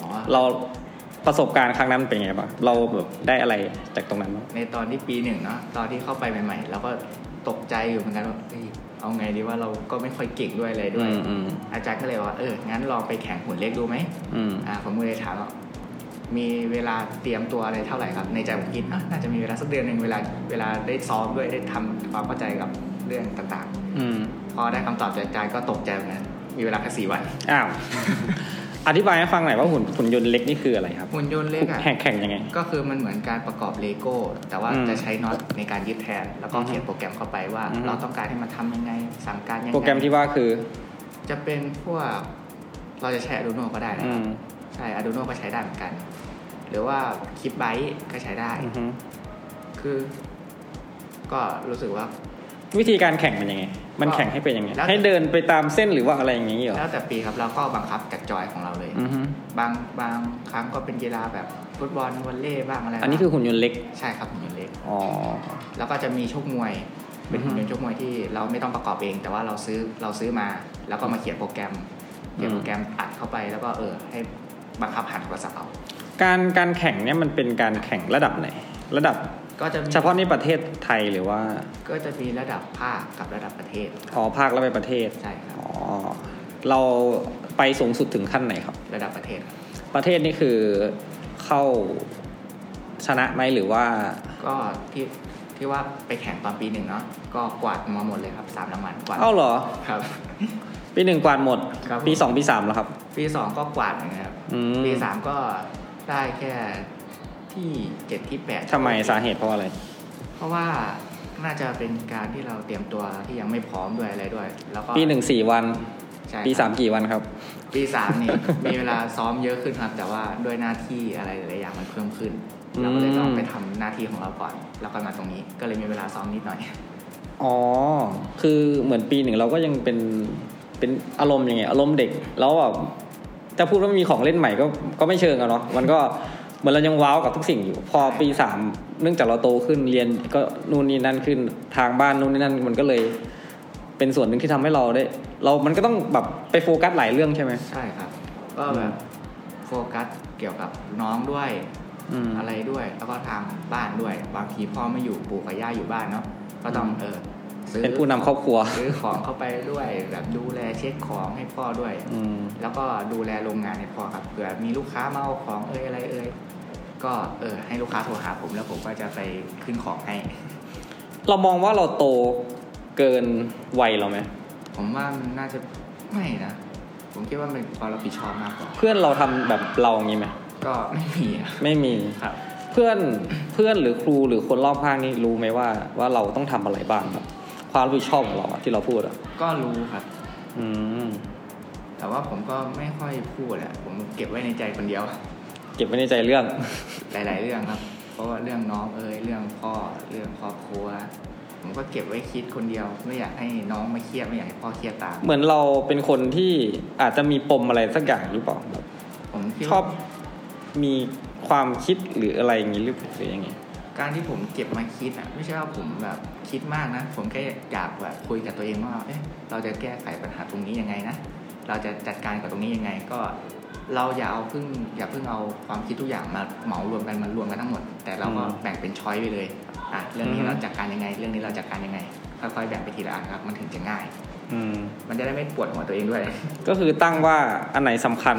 อ๋อ
เราประสบการณ์ครั้งนั้นเป็นไงบ้างเราแบบได้อะไรจากตรงนั้นบ้าง
ในตอนที่ปีหนึ่งเนาะตอนที่เข้าไปใหม่ๆเราก็ตกใจอยู่เหมือนกันว่าเอ้ยเอาไงดีว่าเราก็ไม่ค่อยเก่งด้วยอะไรด้
อื
วย
มอืม
อาจารย์ก็เลยบอกว่าเอองั้นลองไปแข่งหุ่นเล็กดูไหม
อืม
อ่าผมก็เลยถามว่ามีเวลาเตรียมตัวอะไรเท่าไหร่ครับ ในใจผมคิดอ่ะน่าจะมีเวลาสักเดือนหนึ่งเวลาเวลาได้ซ้อมด้วยได้ทำความเข้าใจกับเรื่องต่าง
อืม
ๆ พอได้คำตอบจากอาจารย์ก็ตกใจเหมือนกันมีเวลาแค่สี่วัน
อ้าว อธิบายให้ฟังหน่อยว่าหุ่นหุ่นยนต์เล็กนี่คืออะไรครับ
หุ่นยนต์เล็กอ่ะ
แข่งแข่งยังไง
ก็คือมันเหมือนการประกอบเลโก้ แต่ว่า
อืม
จะใช้น็อตในการยึดแทน แล้วก็
อือฮึ
เขียนโปรแกรมเข้าไปว่า
อือฮึ
เราต้องการให้มันทำยังไงสั่งการยังไง
โปรแกรมที่ว่าคือ
จะเป็นพวกเราจะใช้ Arduino ก็ได้นะ
อื
ครับ
ม
ใช่ Arduino ก็ใช้ได้เหมือนกัน หรือว่าคลิปไบต์ก็ใช้ได้
อือฮึ
คือ ก็รู้สึกว่า
วิธีการแข่งเป็นยังไง มันแข่งให้เป็นยังไง
แล้วแต่
ให้เดินไปตามเส้นหรือว่าอะไรอย่างนี้เหรอ
แล้วแต่ปีครับเราก็บังคับจากจอยของเราเลย
อือฮึ
บางบางครั้งก็เป็นกีฬาแบบฟุตบอลวอลเลย์บ้างอะไร
อันนี้คือหุ่นยนต์เล็ก
ใช่ครับหุ่นยนต์เล็ก
อ๋อ
แล้วก็จะมีชกมวย เป็น
อือฮึ
หุ่นยนต์ชกมวยที่เราไม่ต้องประกอบเอง แต่ว่าเราซื้อเราซื้อมา แล้วก็มาเขียนโปรแกรมเขียน
อืม
โปรแกรมอัดเข้าไปแล้วก็เออ ให้บังคับผ่านโทรศัพท์เอา
การการแข่งเนี่ยมันเป็นการแข่งระดับไหน ระดับ
ก็จะมี
เฉพาะในประเทศไทยหรือว่า
ก็จะมีระดับภาคกับระดับประเทศ
อ๋อภาคแล้วไปประเทศ
ใช่ครับ
อ๋อ เราไปสูงสุดถึงขั้นไหนครับ
ระดับประเทศครับ
ประเทศนี่คือเข้าชนะไหมหรือว่า
ก็ที่ที่ว่าไปแข่งตอนปีหนึ่งเนาะก็กวาดมาหมดเลยครับสามรางวัลกวาด
เอ้าเหรอ
ครับ
ปีหนึ่งกวาดหมด
ครับผม
ปีสองปีสามแล้วครับ
ปีสองก็กวาดเหมือนกันครับ
อืม
ปีสามก็ได้แค่ที่เจ็ดที่แปด
ทำไมสาเหตุเพราะอะไร
เพราะว่าน่าจะเป็นการที่เราเตรียมตัวที่ยังไม่พร้อมด้วยอะไรด้วย แล้วก็
ปีหนึ่งสี่วัน
ใช่ครับ
ปีสามกี่วันครับ
ปีสามนี่ มีเวลาซ้อมเยอะขึ้นครับ แต่ว่าด้วยหน้าที่อะไรหลายๆอย่างมันเพิ่มขึ้นเราก็เลยต้องไปทำหน้าที่ของเราก่อนแล้วก็มาตรงนี้ ก็เลยมีเวลาซ้อมนิดหน่อย
อ๋อ คือเหมือนปีหนึ่งเราก็ยังเป็นเป็นอารมณ์ยังไงอารมณ์เด็กแล้วแบบจะพูดว่ามีของเล่นใหม่ก็ก็ไม่เชิงอะเนาะมันก็เหมือนเรายังว้าวกับทุกสิ่งอยู่ พอปีสามเนื่องจากเราโตขึ้นเรียนก็นู่นนี่นั่นขึ้นทางบ้านนู่นนี่นั่นมันก็เลย เป็นส่วนหนึ่งที่ทำให้เราได้ เรามันก็ต้องแบบไปโฟกัสหลายเรื่องใช่ไหม
ใช่ครับ ก็แบบโฟกัสเกี่ยวกับน้องด้วย
อืม
อะไรด้วย แล้วก็ทางบ้านด้วย บางทีพ่อไม่อยู่ปู่กับย่าอยู่บ้านเนาะก็ต้องเออซื้อ
เป็นผู้นำครอบครัว
ซื้อของเข้าไปด้วยแบบดูแลเช็คของให้พ่อด้วย
อืม
แล้วก็ดูแลโรงงานให้พอครับเผื่อมีลูกค้ามาเอาของเอ่ยอะไรเอ่ยก็เออให้ลูกค้าโทรหาผมแล้วผมก็จะไปขึ้นของให้
เรามองว่าเราโตเกินวัยเราไหม
ผมว่ามันน่าจะไม่นะ ผมคิดว่ามันเป็นความรับผิดชอบมากกว่า
เพื่อนเราทำแบบเราอย่างนี้ไหม
ก็ไม่มีอะ
ไม่มี
ครับ
เพื่อน เพื่อนหรือครูหรือคนรอบข้างนี่รู้ไหมว่า ว่าเราต้องทำอะไรบ้างครับ ความรับผิดชอบของเราอะที่เราพูดอ่ะ
ก็รู้ครับ
อืม
แต่ว่าผมก็ไม่ค่อยพูดแหละผมเก็บไว้ในใจคนเดียว
เก็บไว้ในใจเรื่อง
หลาย ๆ เรื่องครับ เพราะว่าเรื่องน้องเอ่ยเรื่องพ่อเรื่องครอบครัว ผมก็เก็บไว้คิดคนเดียว ไม่อยากให้น้องมาเครียดไม่อยากให้พ่อเครียดตาม
เหมือนเราเป็นคนที่อาจจะมีปมอะไรสักอย่างหรือเปล่าแบบ
ผมคิด
ช
ว่า
อบมีความคิดหรืออะไรอย่างนี้หรือหรือยังไง
การที่ผมเก็บมาคิดอ่ะไม่ใช่ว่าผมแบบคิดมากนะ ผมแค่อยากแบบคุยกับตัวเองว่าเอ๊ะเราจะแก้ไขปัญหาตรงนี้ยังไงนะ เราจะจัดการกับตรงนี้ยังไง ก็ เราอย่าเอาเพิ่งอย่าเพิ่งเอาความคิดทุกอย่างมาเหมารวมกันมารวมกันทั้งหมด แต่เราก็
อืม
แบ่งเป็นช้อยไปเลยอ่ะเรื่องนี้
อือฮึ
เราจัดการยังไง เรื่องนี้เราจัดการยังไงค่อยๆแบ่งไปทีละอันครับ มันถึงจะง่าย
อืม
มันจะได้ไม่ปวดหัวตัวเองด้วย
ก็คือตั้งว่าอันไหนสำคัญ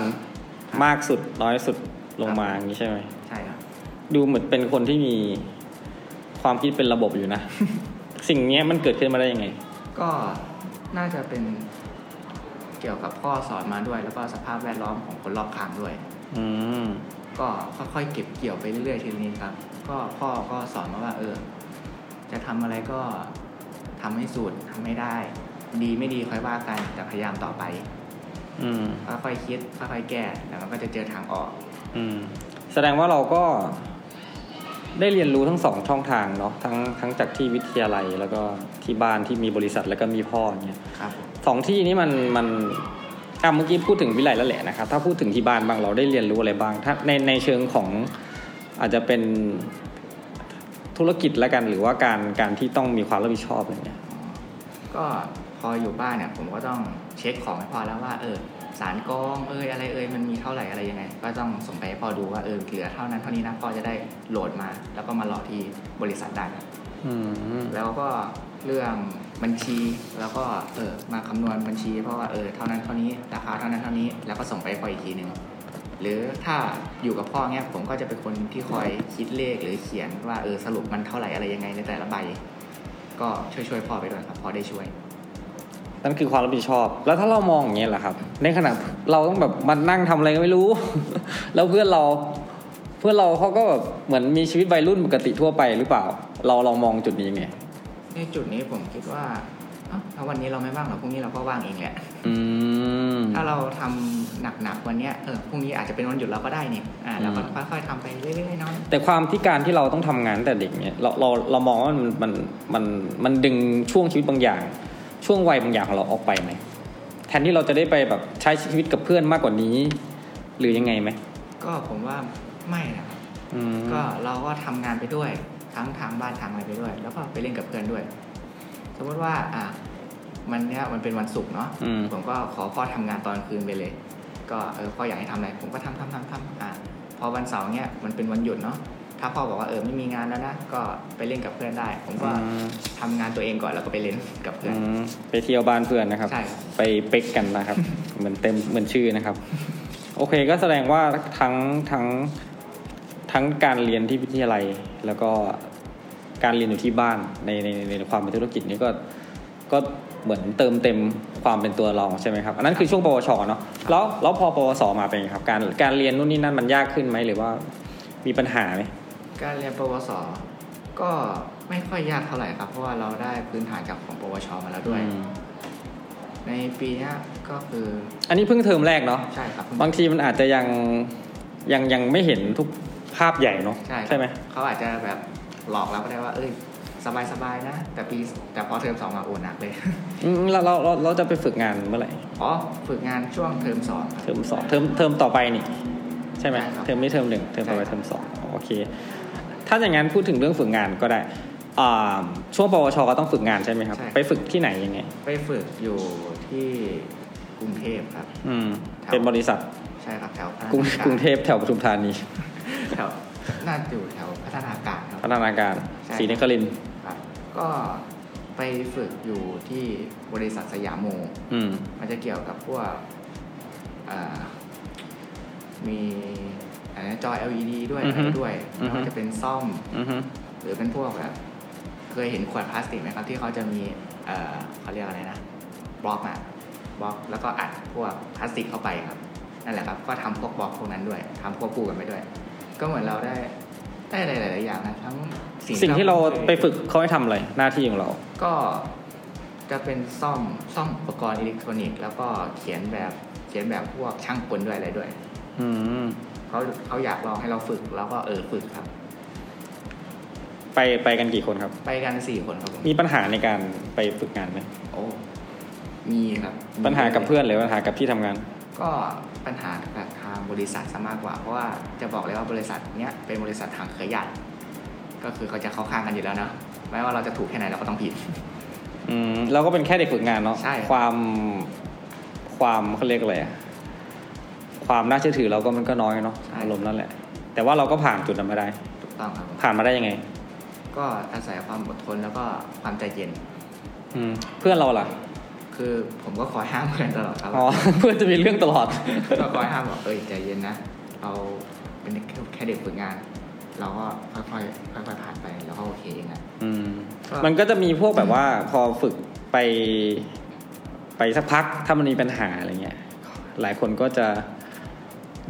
มากสุดน้อยสุดลงมาอย่างนี้ใช่ไหม
ใช่ครับ
ดูเหมือนเป็นคนที่มีความคิดเป็นระบบอยู่นะ สิ่งเนี้ยมันเกิดขึ้นมาได้ยังไง
ก็น่าจะเป็นเกี่ยวกับพ่อสอนมาด้วย แล้วก็สภาพแวดล้อมของคนรอบข้างด้วย
อืม
ก็ค่อยๆเก็บเกี่ยวไปเรื่อยๆทีละนี้ครับ ก็พ่อก็สอนมาว่า เออ จะทำอะไรก็ทำให้สุดทำให้ได้ ดีไม่ดีค่อยว่ากันแต่พยายามต่อไป
อืม
ค่อยๆคิดค่อยๆแก้แล้วมันก็จะเจอทางออก
อืม แสดงว่าเราก็ได้เรียนรู้ทั้งสองช่องทางเนาะทั้งทั้งจากที่วิทยาลัยแล้วก็ที่บ้านที่มีบริษัทแล้วก็มีพ่อเนี่ย
ครับผม
สองที่นี้มันมันอ่ะเมื่อกี้พูดถึงวิไลแล้วแหละนะครับ ถ้าพูดถึงที่บ้านบ้างเราได้เรียนรู้อะไรบ้าง ถ้าในในเชิงของอาจจะเป็นธุรกิจละกัน หรือว่าการการที่ต้องมีความรับผิดชอบอะไรเงี้ย
ก็พออยู่บ้านเนี่ย ผมก็ต้องเช็คของให้พ่อแล้วว่า เออ สารกรองเอยอะไรเอยมันมีเท่าไหร่อะไรยังไง ก็ต้องส่งไปให้พ่อดูว่าเออเหลือเท่านั้นเท่านี้นะพ่อจะได้โหลดมา แล้วก็มารอที่บริษัทได้ครับ
อืม
แล้วก็เรื่องบัญชีแล้วก็เออมาคำนวณบัญชี เพราะว่าเออเท่านั้นเท่านี้ราคาเท่านั้นเท่านี้แล้วก็ส่งไปให้พ่ออีกทีหนึ่งหรือถ้าอยู่กับพ่อเนี้ยผมก็จะเป็นคนที่คอยคิดเลขหรือเขียนว่าเออสรุปมันเท่าไหร่อะไรยังไงในแต่ละใบ ก็ช่วยช่วยๆพ่อไปด้วยครับพ่อได้ช่วย
นั่นคือความรับผิดชอบ แล้วถ้าเรามองอย่างเงี้ยแหละครับ ในขณะเราต้องแบบมันนั่งทำอะไรก็ไม่รู้ แล้วเพื่อนเรา เพื่อนเราเขาก็แบบเหมือนมีชีวิตวัยรุ่นปกติทั่วไปหรือเปล่า เราเรามองจุดนี้ยังไง
ในจุดนี้ผมคิดว่าเอ้าถ้าวันนี้เราไม่ว่างหรอกพรุ่งนี้เราก็ว่างเองแหละ
อืม
ถ้าเราทำหนักๆวันเนี้ยเออพรุ่งนี้อาจจะเป็นวันหยุดเราก็ได้นี่อ่าเราก็
อืม
ค่อยๆทำไปเรื่อยๆเนาะ
แต่ความที่การที่เราต้องทำงานตั้งแต่เด็กเนี่ยเราเราเรามองว่ามันมันมันมันดึงช่วงชีวิตบางอย่าง ช่วงวัยบางอย่างของเราออกไปไหมแทนที่เราจะได้ไปแบบใช้ชีวิตกับเพื่อนมากกว่านี้ หรือยังไงไหม
ก็ผมว่าไม่นะครับ
อืม
ก็เราก็ทำงานไปด้วยทั้งทางบ้านทางอะไรไปด้วย แล้วก็ไปเล่นกับเพื่อนด้วย สมมติว่าอ่ะมันเนี้ยมันเป็นวันศุกร์เนาะ
อืม
ผมก็ขอพ่อทำงานตอนคืนไปเลย ก็เออพ่ออยากให้ทำอะไรผมก็ทำทำทำทำอ่ะพอวันเสาร์เนี้ยมันเป็นวันหยุดเนาะถ้าพ่อบอกว่าเออไม่มีงานแล้วนะก็ไปเล่นกับเพื่อนได้ ผมก็
อืม
ทำงานตัวเองก่อนแล้วก็ไปเล่นกับเพื่อ
อื
น
มไปเที่ยวบ้านเพื่อนนะครับ
ใช่ครับ
ไปเป๊กกัน นะครับ เหมือนเต็มเหมือนชื่อนะครับ โอเคก็แสดงว่าทั้งทั้งทั้งการเรียนที่วิทยาลัย แล้วก็การเรียนอยู่ที่บ้านในในในความเป็นธุรกิจนี้ก็ก็เหมือนเติมเต็มความเป็นตัวเราใช่ไหมครับ อันนั้นคือช่วงปวชเนาะแล้วแล้วพอปวสมาเป็นไงครับ การการเรียนนู่นนี่นั่นมันยากขึ้นไหมหรือว่ามีปัญหาไหม
การเรียนปวสก็ไม่ค่อยยากเท่าไหร่ครับเพราะว่าเราได้พื้นฐานจากของปวชมาแล้วด้วย
อืม
ในปีเนี้ยก็คือ
อันนี้เพิ่งเทอมแรกเนาะ
ใช่ครับ
บางทีมันอาจจะยังยังยังไม่เห็นทุกภาพใหญ่เนาะ
ใช่ครับ
ใช่ไหม
เขาอาจจะแบบหลอกเราก็ได้ว่า เอ้ยสบายสบายๆนะ แต่ปีแต่พอเทอมสองมาโอนหนักเลย
อืมเราเราเราเราจะไปฝึกงานเมื่อไหร่
อ๋อฝึกงานช่วงเทอมสองครับ
เทอมสองเทอมเทอมต่อไปนี่ ใช่ไหม
ใช่ครับ
เทอมนี้เทอมหนึ่งเทอมต่อไปเทอมสองอ๋อโอเค ถ้าอย่างนั้นพูดถึงเรื่องฝึกงานก็ได้อ่าช่วงปวชก็ต้องฝึกงานใช่ไหมครับ
ใช่ครับ
ไปฝึกที่ไหนยังไง
ไปฝึกอยู่ที่กรุงเทพครับ
อืม
ครับ
เป็นบริษัท
ใช่ครับแถวพัฒนา
รุง
การ
กรุงเทพแถวปทุมธานี
แถวน่าจะอยู่แถวพัฒนาการครับ
พัฒนาการ
ใช่
ศรีนครินทร์
ครับก็ไปฝึกอยู่ที่บริษัทสยามโม
อืม
มันจะเกี่ยวกับพวกอ่ามีอะไรนะจอ LED ด้วย
อือฮึ
อะไรด้วย
อือฮึ
แล้วก็จะเป็นซ่อม
อือฮึ
หรือเป็นพวกแบบเคยเห็นขวดพลาสติกไหมครับที่เขาจะมีเอ่อเขาเรียกอะไรนะบล็อกอะบล็อกแล้วก็อัดพวกพลาสติกเข้าไปครับนั่นแหละครับ ก็ทำพวกบล็อกพวกนั้นด้วยทำควบคู่กันไปด้วย ก็เหมือนเราได้ได้อะไรหลาย ๆ อย่างนะทั้ง
สิ่งที่เรา
คย
ไปฝึกเขาให้ทำอะไรหน้าที่ของเรา
ก็จะเป็นซ่อมซ่อมอุปกรณ์อิเล็กทรอนิกส์แล้วก็เขียนแบบเขียนแบบพวกช่างกลด้วยอะไรด้วย
อืม
เขาเขาอยากลองให้เราฝึกแล้วก็เออฝึกครับ
ไปไปกันกี่คนครับ
ไปกันสี่คนครับผม
มีปัญหาในการไปฝึกงานไหม
โอ้มีครับ
ปัญหากับเพื่อนหรือปัญหากับที่ทำงาน
ก็ปัญหากับทางบริษัทซะมากกว่า เพราะว่าจะบอกเลยว่าบริษัทเนี้ยเป็นบริษัททางเครือญาติก็คือเขาจะเข้าข้างกันอยู่แล้วเนอะไม่ว่าเราจะถูกแค่ไหนเราก็ต้องผิด
อืมเราก็เป็นแค่เด็กฝึกงานเนาะ
ใช่
ความความเขาเรียกอะไรอะความน่าเชื่อถือเราก็มันก็น้อยเนาะอารมณ์นั่นแหละ แต่ว่าเราก็ผ่านจุดนั้นมาได้
ถูกต้องครับผม
ผ่านมาได้ยังไง
ก็อาศัยความอดทนแล้วก็ความใจเย็น
อืม เพื่อนเราล่ะ
คือผมก็คอยห้ามเพื่อนตลอดครับ
อ๋อ เพื่อนจะมีเรื่องตลอด
ก็คอยห้ามบอกเอ้ยใจเย็นนะเราเป็นแค่แค่เด็กฝึกงาน เราก็ค่อยๆค่อยๆผ่านไปแล้วก็โอเคเองอะ
อืม
ครับ
มันก็จะมีพวกแบบว่าพอฝึกไป ไปสักพักถ้ามันมีปัญหาอะไรเงี้ยหลายคนก็จะ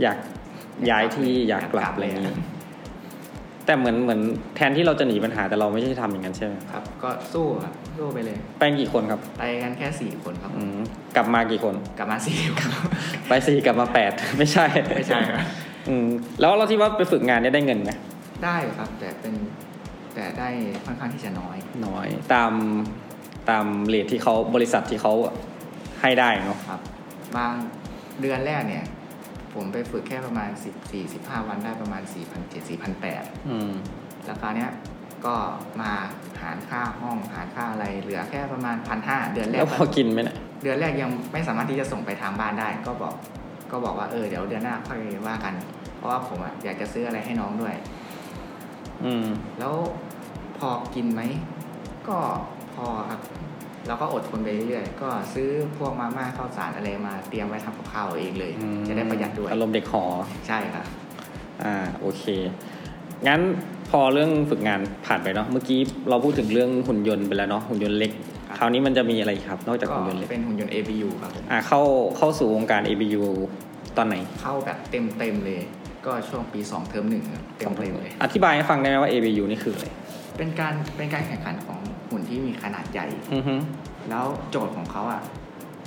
อยากย้ายที่อยากกลับอะไรเงี้ยแต่เหมือนเหมือนแทนที่เราจะหนีปัญหาแต่เราไม่ใช่ทำอย่างนั้นใช่ไหม
ครับ ก็สู้ครับสู้ไปเลย
ไปกี่คนครับ
ไปกันแค่สี่คนครับ
อืมกลับมากี่คน
กลับมาสี่คน
ไปสี่กลับมาแปด ไม่ใช่
ไม่ใช่ครับ
อืมแล้วเราที่ว่าไปฝึกงานเนี่ยได้เงินไหม
ได้ครับ แต่เป็นแต่ได้ค่อนข้างที่จะน้อย
น้อย ตามตามเลทที่เขาบริษัทที่เขาให้ได้เนาะ
ครับ บางเดือนแรกเนี่ย ผมไปฝึกแค่ประมาณ 14 15 วันได้ประมาณ 4,700 4,800
อืม
แล้วคราวเนี้ยก็มาหารค่าห้องหารค่าอะไรเหลือแค่ประมาณพันห้าเดือนแร
แล้
ก
วพอกินไหมเนี่ย
เดือนแรกยังไม่สามารถที่จะส่งไปทางบ้านได้ ก็บอกก็บอกว่าเออเดี๋ยวเดือนหน้าค่อยว่ากัน เพราะว่าผมอะอยากจะซื้ออะไรให้น้องด้วย
อืม
แล้วพอกินไหมก็พอครับ แล้วก็อดทนไปเรื่อยๆก็ซื้อพวกมาม่าข้าวสารอะไรมาเตรียมไว้ทำกับข้าวเองเลย จะได้ประหยัดด้วย
อารมณ์เด็กหอ
ใช่ครับ
อ่า โอเค งั้นพอเรื่องฝึกงานผ่านไปเนาะ เมื่อกี้เราพูดถึงเรื่องหุ่นยนต์ไปแล้วเนาะ หุ่นยนต์เล็ก
ครับ
คราวนี้มันจะมีอะไรอีกครับ นอกจาก
ก็
หุ่นยนต์เล็ก
เป็นหุ่นยนต์ ABU ครับผม
อ่า เข้า เข้าสู่วงการ ABU ตอนไหน
เข้าแบบเต็มเต็มๆเลย ก็ช่วงปี 2 เทอมหนึ่งครับเต็มเต็มๆเลย
อธิบายให้ฟังได้ไหมว่า ABU นี่คืออะไร
เป็นการเป็นการแข่งขันของหุ่นที่มีขนาดใหญ่
อือฮึ
แล้วโจทย์ของเขาอ่ะ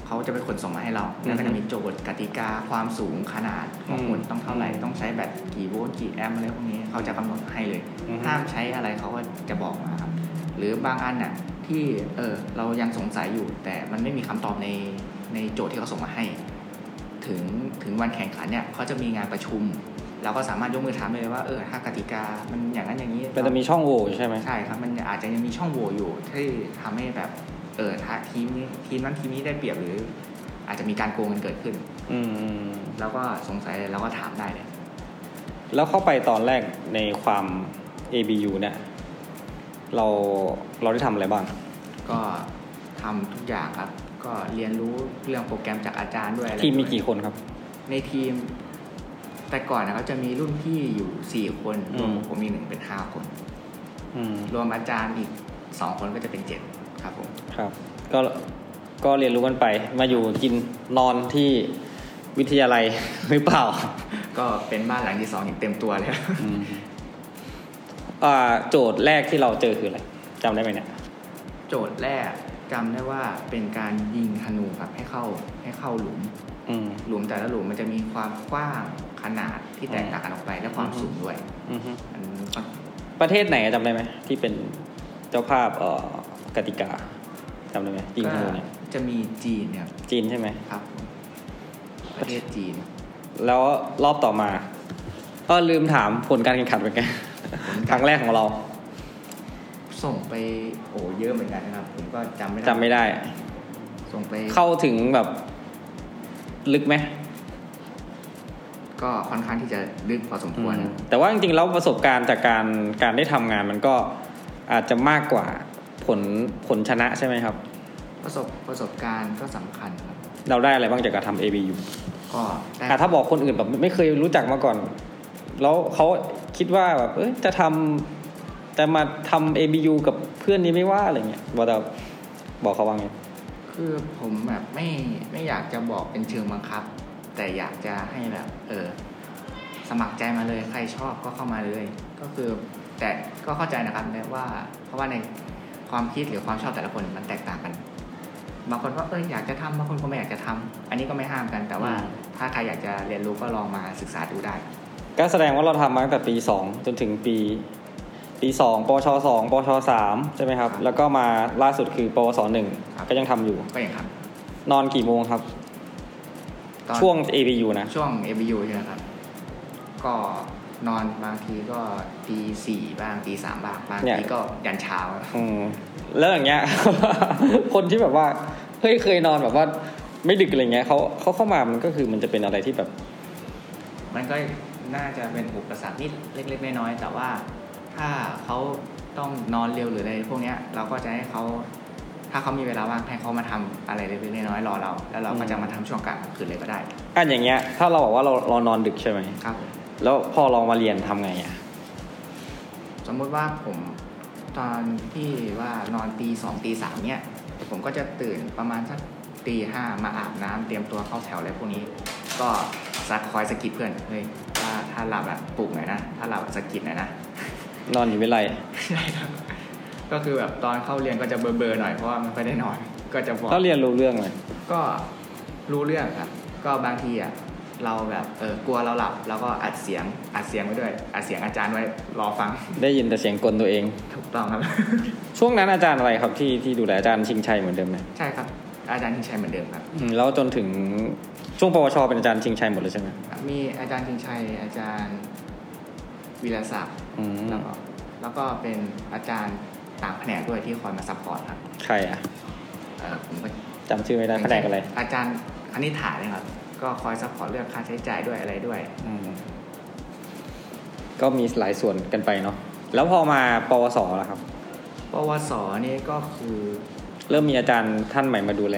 เขาจะเป็นคนส่งมาให้เราแล้วก็
อือฮึ
จะมีโจทย์กติกาความสูงขนาดของหุ่น
อืม
ต้องเท่าไหร่ต้องใช้แบตกี่โวลต์กี่แอมป์อะไรพวกนี้เขาจะกำหนดให้เลย
อือฮึ
ห้ามใช้อะไรเขาก็จะบอกมาครับหรือบางอันน่ะที่เออเรายังสงสัยอยู่ แต่มันไม่มีคำตอบในในโจทย์ที่เขาส่งมาให้ ถึงถึงวันแข่งขันเนี่ยเขาจะมีงานประชุม เราก็สามารถยกมือถามได้เลยว่าเออถ้ากติกามันอย่างนั้นอย่างนี้
มันจะมีช่องโหว่ใช่ไหม
ใช่ครับ มันอาจจะยังมีช่องโหว่อยู่ที่ทำให้แบบเออถ้าทีมนี้ทีมนั้นทีมนี้ได้เปรียบหรือ อาจจะมีการโกงกันเกิดขึ้น
อืมอืม
แล้วก็สงสัยอะไรเราก็ถามได้เลย
แล้วเข้าไปตอนแรกในความ ABU เนี่ย เรา เราได้ทำอะไรบ้าง
ก็ทำทุกอย่างครับ ก็เรียนรู้เรื่องโปรแกรมจากอาจารย์ด้วยอะไร
ทีมมี
ด้วย
กี่คนครับ
ในทีม แต่ก่อนนะครับจะมีรุ่นพี่อยู่สี่คนรวม
อืม
ผมมีหนึ่งเป็นห้าคน
อืม
รวมอาจารย์อีกสองคนก็จะเป็นเจ็ดครับผม
ครับก็ก็เรียนรู้กันไปมาอยู่กินนอนที่วิทยาลัย หรือเปล่า
ก็เป็นบ้านหลังที่สองอย่างเต็มตัวเลย
อ่าโจทย์แรกที่เราเจอคืออะไรจำได้ไหมเนี่ย
โจทย์แรกจำได้ว่าเป็นการยิงธนูครับให้เข้าให้เข้าหลุม
อืม
หลุมแต่ละหลุมมันจะมีความกว้างขนาดที่แตกต่างกันออกไปและความ
อืม
สูงด้วย
อือฮึ
อันนี้ก็
ประเทศไหนอะจำได้ไหมที่เป็นเจ้าภาพเอ่อกติกาจำได้ไหมยิงธนูเนี่ย
ก็จะมีจีนเนี่ย
จีนใช่ไหม
ครับผมประเทศจีน
แล้วรอบต่อมา ก็ลืมถามผลการแข่งขันเป็นไง
ผลการ
ครั้งแรกของเรา
ส่งไปโอ้เยอะเหมือนกันนะครับ ผมก็จำไม่ได้
จำไม่ได้
ส่งไป
เข้าถึงแบบ ลึกไหม
ก็ค่อนข้างที่จะลึกพอสมควร
อืมแต่ว่าจริงๆแล้วประสบการณ์จากการการได้ทำงานมันก็อาจจะมากกว่าผลผลชนะใช่ไหมครับ
ประสบประสบการณ์ก็สำคัญครับ
เราได้อะไรบ้างจากการทำ ABU
ก็ได้
อ่ะถ้าบอกคนอื่นแบบไม่เคยรู้จักมาก่อน แล้วเขาคิดว่าแบบเอ้ยจะทำจะมาทำ ABU กับเพื่อนนี้ไม่ว่าอะไรเงี้ยว่าแต่บอกเขาว่าไง
คือผมแบบไม่ไม่อยากจะบอกเป็นเชิงบังคับ แต่อยากจะให้แบบ เออ สมัครใจมาเลยใครชอบก็เข้ามาเลย ก็คือ แต่ก็เข้าใจนะครับว่า เพราะว่าในความคิดหรือความชอบแต่ละคนมันแตกต่างกัน บางคนก็เอออยากจะทำบางคนก็ไม่อยากจะทำอันนี้ก็ไม่ห้ามกัน แต่ว่า
อืม
ถ้าใครอยากจะเรียนรู้ก็ลองมาศึกษาดูได้
ก็แสดงว่าเราทำมาตั้งแต่ปีสองจนถึงปี ปีสองปชสองปชสามใช่ไหมครับ
ครับ
แล้วก็มาล่าสุดคือปวสหนึ่ง
ครับ
ก็ยังทำอยู่
ก็อย่างครับ
นอนกี่โมงครับ
ตอน
ช่วง ABU นะ
ช่วง ABU ใช่ไหมครับ ก็นอนบางทีก็ตีสี่บ้างตีสามบ้างบาง
เนี่ย
ทีก็ยันเช้า
อืมแล้วอย่างเงี้ ย คนที่แบบว่าเฮ้ยเคยนอนแบบว่า ไม่ดึกอะไรเงี้ยเขาเขาเข้ามามันก็คือมันจะเป็นอะไรที่แบบ
มันก็น่าจะเป็นอุปสรรคนิดเล็ก ๆ น้อยๆแต่ว่าถ้าเขาต้องนอนเร็วหรืออะไรพวกเนี้ย เราก็จะให้เขาถ้าเขามีเวลาว่างให้เขามาทำอะไรเล็กๆน้อยๆรอเรา แล้วเราก็จะมาทำช่วงกลางคืนเลยก็ได้
อันอย่างเงี้ย ถ้าเราบอกว่าเราเรานอนดึกใช่ไหม
ครับ
แล้วพอเรามาเรียนทำไงอ่ะ
สมมุติว่าผมตอนที่ว่านอนตีสองตีสามเนี่ย ผมก็จะตื่นประมาณสักตีห้ามาอาบน้ำเตรียมตัวเข้าแถวอะไรพวกนี้ ก็สักคอยสะกิดเพื่อนเฮ้ยถ้าถ้าหลับอะปลุกหน่อยนะ ถ้าหลับอะสะกิดหน่อยนะ
นอนอยู่ไม่ไร
ก็คือแบบตอนเข้าเรียนก็จะเบอร์เบอร์ๆหน่อยเพราะว่าไม่ค่อยได้น อน ก็จะบอก
แล้วเรียนรู้เรื่องไหม
ก็รู้เรื่องครับ ก็บางทีอ่ะเราแบบเออกลัวเราหลับแล้วก็อัดเสียงอัดเสียงไว้ด้วยอัดเสียงอาจารย์ไว้รอฟัง
ได้ยินแต่เสียงกลตัวเอง
ถูกต้องครับ
ช่วงนั้นอาจารย์อะไรครับที่ที่ดูแลอาจารย์ชิงชัยเหมือนเดิมไหม
ใช่ครับ อาจารย์ทิงชัยเหมือนเดิมครับ
อืมแล้วจนถึงช่วงปวชเป็นอาจารย์ชิงชัยหมดเลยใช่ไหม
มีอาจารย์ทิงชัย อาจารย์วีรศักดิ์
อืม
แล้วก็แล้วก็เป็นอาจารย์ต่างแผนกด้วยที่คอยมาซัพพอร์ตครับ
ใครอ่ะ
เอ่อผมก็
จำชื่อไม่ได้แผนกอะไร
อาจารย์คณิษฐาเนี่ยครับ ก็คอยซัพพอร์ตเรื่องค่าใช้จ่ายด้วยอะไรด้วย
อืมก็มีหลายส่วนกันไปเนาะแล้วพอมาปวสล่ะครับ
ปวสนี่ก็คือ
เริ่มมีอาจารย์ท่านใหม่มาดูแล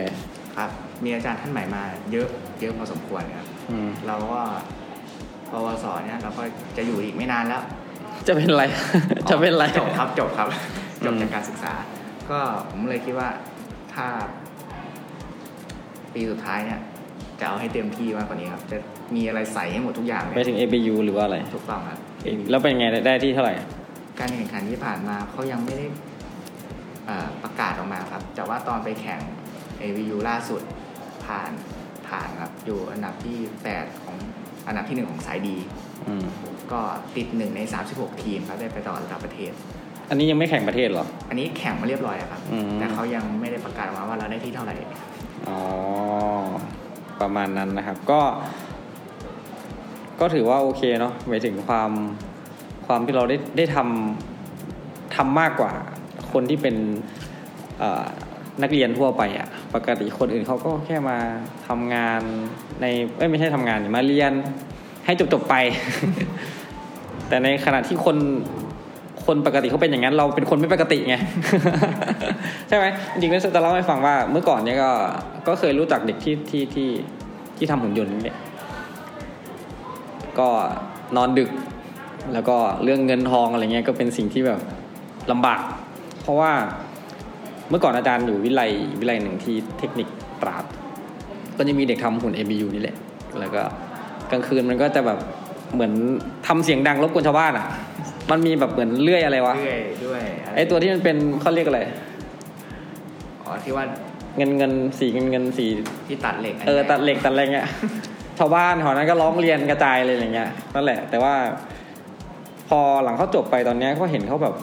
ครับมีอาจารย์ท่านใหม่มาเยอะเยอะพอสมควรครับ
อืม
เราก็ปวสเนี่ยเราก็จะอยู่อีกไม่นานแล้ว
จะเป็นไร จะเป็นไร
จบครับจบครับ
อืม
จบจากการศึกษา ก็ผมเลยคิดว่าถ้า ปีสุดท้ายเนี่ย จะเอาให้เต็มที่มากกว่านี้ครับ จะมีอะไรใส่ให้หมดทุกอย่างเล
ไป
ย
ถึง ABU หรือว่าอะไร
ถูกต้องครับ
แล้วเป็นไงได้ที่เท่าไหร่
การแข่งขันที่ผ่านมาเขายังไม่ได้อ่าประกาศออกมาครับ แต่ว่าตอนไปแข่ง AVU ล่าสุดผ่านผ่านครับ อยู่อันดับที่ 8 ของอันดับที่ 1 ของสายดี
อืม
ก็ติด 1 ใน 36 ทีมครับได้ไปต่อระดับประเทศ
อันนี้ยังไม่แข่งประเทศเหรอ
อันนี้แข่งมาเรียบร้อยแล้วครับ
อืม
แต่เขายังไม่ได้ประกาศออกมาว่าเราได้ที่เท่าไหร่
อ๋อ ประมาณนั้นนะครับ ก็ ก็ถือว่าโอเคเนาะหมายถึงความความที่เราได้ได้ทำทำมากกว่า คนที่เป็นเอ่อนักเรียนทั่วไปอะปกติคนอื่นเขาก็แค่มาทำงานในเอ้ยไม่ใช่ทำงานดิมาเรียนให้จบจบๆไป แต่ในขณะที่คนคนปกติเขาเป็นอย่างนั้น เราเป็นคนไม่ปกติไง ใช่ไหมจริงๆแล้วจะเล่าให้ฟังว่าเมื่อก่อนเนี่ยก็ก็เคยรู้จักเด็กที่ที่ที่ที่ทำหุ่นยนต์เนี่ยก็นอนดึก แล้วก็เรื่องเงินทองอะไรเงี้ยก็เป็นสิ่งที่แบบลำบาก เพราะว่าเมื่อก่อนอาจารย์อยู่วิไลวิไลหนึ่งที่เทคนิคตราด ก็จะมีเด็กทำหุ่น ABU นี่แหละ แล้วก็กลางคืนมันก็จะแบบเหมือนทำเสียงดังรบกวนชาวบ้านอ่ะ มันมีแบบเหมือนเลื่อยอะไรวะ
เรื่อยด้วยะร
ไอตัวที่มันเป็นเขาเรียกอะไร
อ๋อที่ว่า
เงินเงินสีเงินเงินสี
ที่ตัดเหล็กน
เออ
นี้
ตัดเหล็กตัดอะไรเงี้ย ชาวบ้านแถวนั้นก็ร้องเรียนกระจายเลยอะไรเงี้ยนั่นแหละ แต่ว่า พอหลังเขาจบไปตอนเนี้ยก็เห็นเขาแบบ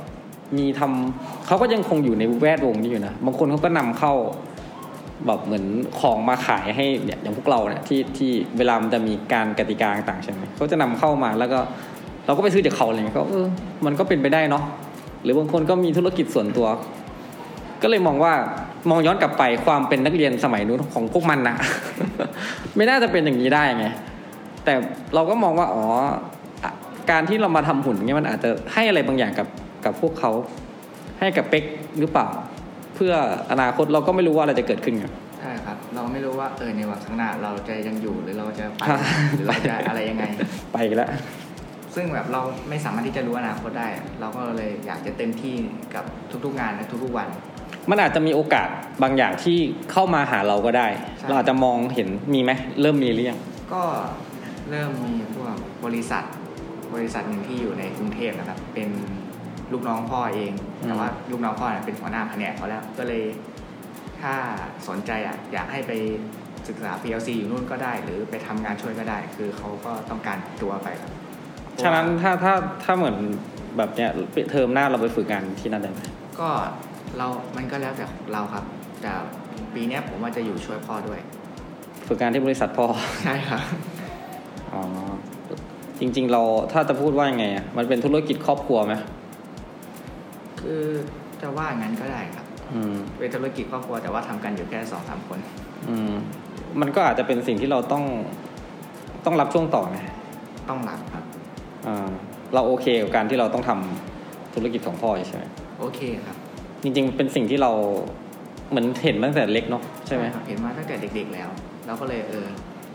มีทำเขาก็ยังคงอยู่ในแวดวงนี้อยู่นะบางคนเขาก็นำเข้าแบบเหมือนของมาขายให้เนี่ยอย่างพวกเราเนี่ยที่ที่เวลามันจะมีการกติกาต่างๆใช่ไหมเขาจะนำเข้ามาแล้วก็เราก็ไปซื้อจากเขาอะไรเงี้ยก็เออมันก็เป็นไปได้เนาะหรือบางคนก็มีธุรกิจส่วนตัว ก็เลยมองว่ามองย้อนกลับไป ความเป็นนักเรียนสมัยนู้นของพวกมันนะ ไม่น่าจะเป็นอย่างนี้ได้ไง แต่เราก็มองว่าอ๋ออ่ะการที่เรามาทำหุ่นเนี่ยมันอาจจะให้อะไรบางอย่างกับกับพวกเขา ให้กับเป็กหรือเปล่า เพื่ออนาคตเราก็ไม่รู้ว่าอะไรจะเกิดขึ้นไง
ใช่ครับ เราไม่รู้ว่าเออในวันข้างหน้าเราจะยังอยู่หรือเราจะไป
ครับ
หรือเราจะอะไรยังไง
ไปอีกแล้ว
ซึ่งแบบเราไม่สามารถที่จะรู้อนาคตได้ เราก็เลยอยากจะเต็มที่กับทุกๆงานและทุกๆวัน
มันอาจจะมีโอกาสบางอย่างที่เข้ามาหาเราก็ได้
ใช่
เราอาจจะมองเห็นมีไหมเริ่มมีหรือยัง
ก็เริ่มมีพวกบริษัท บริษัทหนึ่งที่อยู่ในกรุงเทพนะครับ เป็นลูกน้องพ่อเอง แต่ว่าลูกน้องพ่อเนี่ยเป็นหัวหน้าแผนกเขาแล้ว ก็เลยถ้าสนใจอ่ะอยากให้ไปศึกษา PLC อยู่นู่นก็ได้ หรือไปทำงานช่วยก็ได้ คือเขาก็ต้องการตัวไปครับ
ฉะนั้นถ้าถ้าถ้าเหมือนแบบเนี้ยเทอมหน้าเราไปฝึกงานที่นั่นได้ไหม
ก็เรามันก็แล้วแต่เราครับ แต่ปีเนี้ยผมว่าจะอยู่ช่วยพ่อด้วย
ฝึกงานที่บริษัทพอ
ใช่ครับ
อ๋อจริง ๆ เราถ้าจะพูดว่ายังไงอะมันเป็นธุรกิจครอบครัวไหม
คือจะว่างั้นก็ได้ครับ
อืม
เป็นธุรกิจครอบครัวแต่ว่าทำกันอยู่แค่สองสามคน
อืม มันก็อาจจะเป็นสิ่งที่เราต้องต้องรับช่วงต่อไง
ต้องรับครับ
อ่าเราโอเคกับการที่เราต้องทำธุรกิจของพ่ออยู่ใช่ไหม
โอเคครับ
จริง ๆ เป็นสิ่งที่เราเหมือนเห็นมาตั้งแต่เล็กเนาะใช่ไหม
ครับเห็นมาตั้งแต่เด็ก ๆ แล้ว เราก็เลยเออ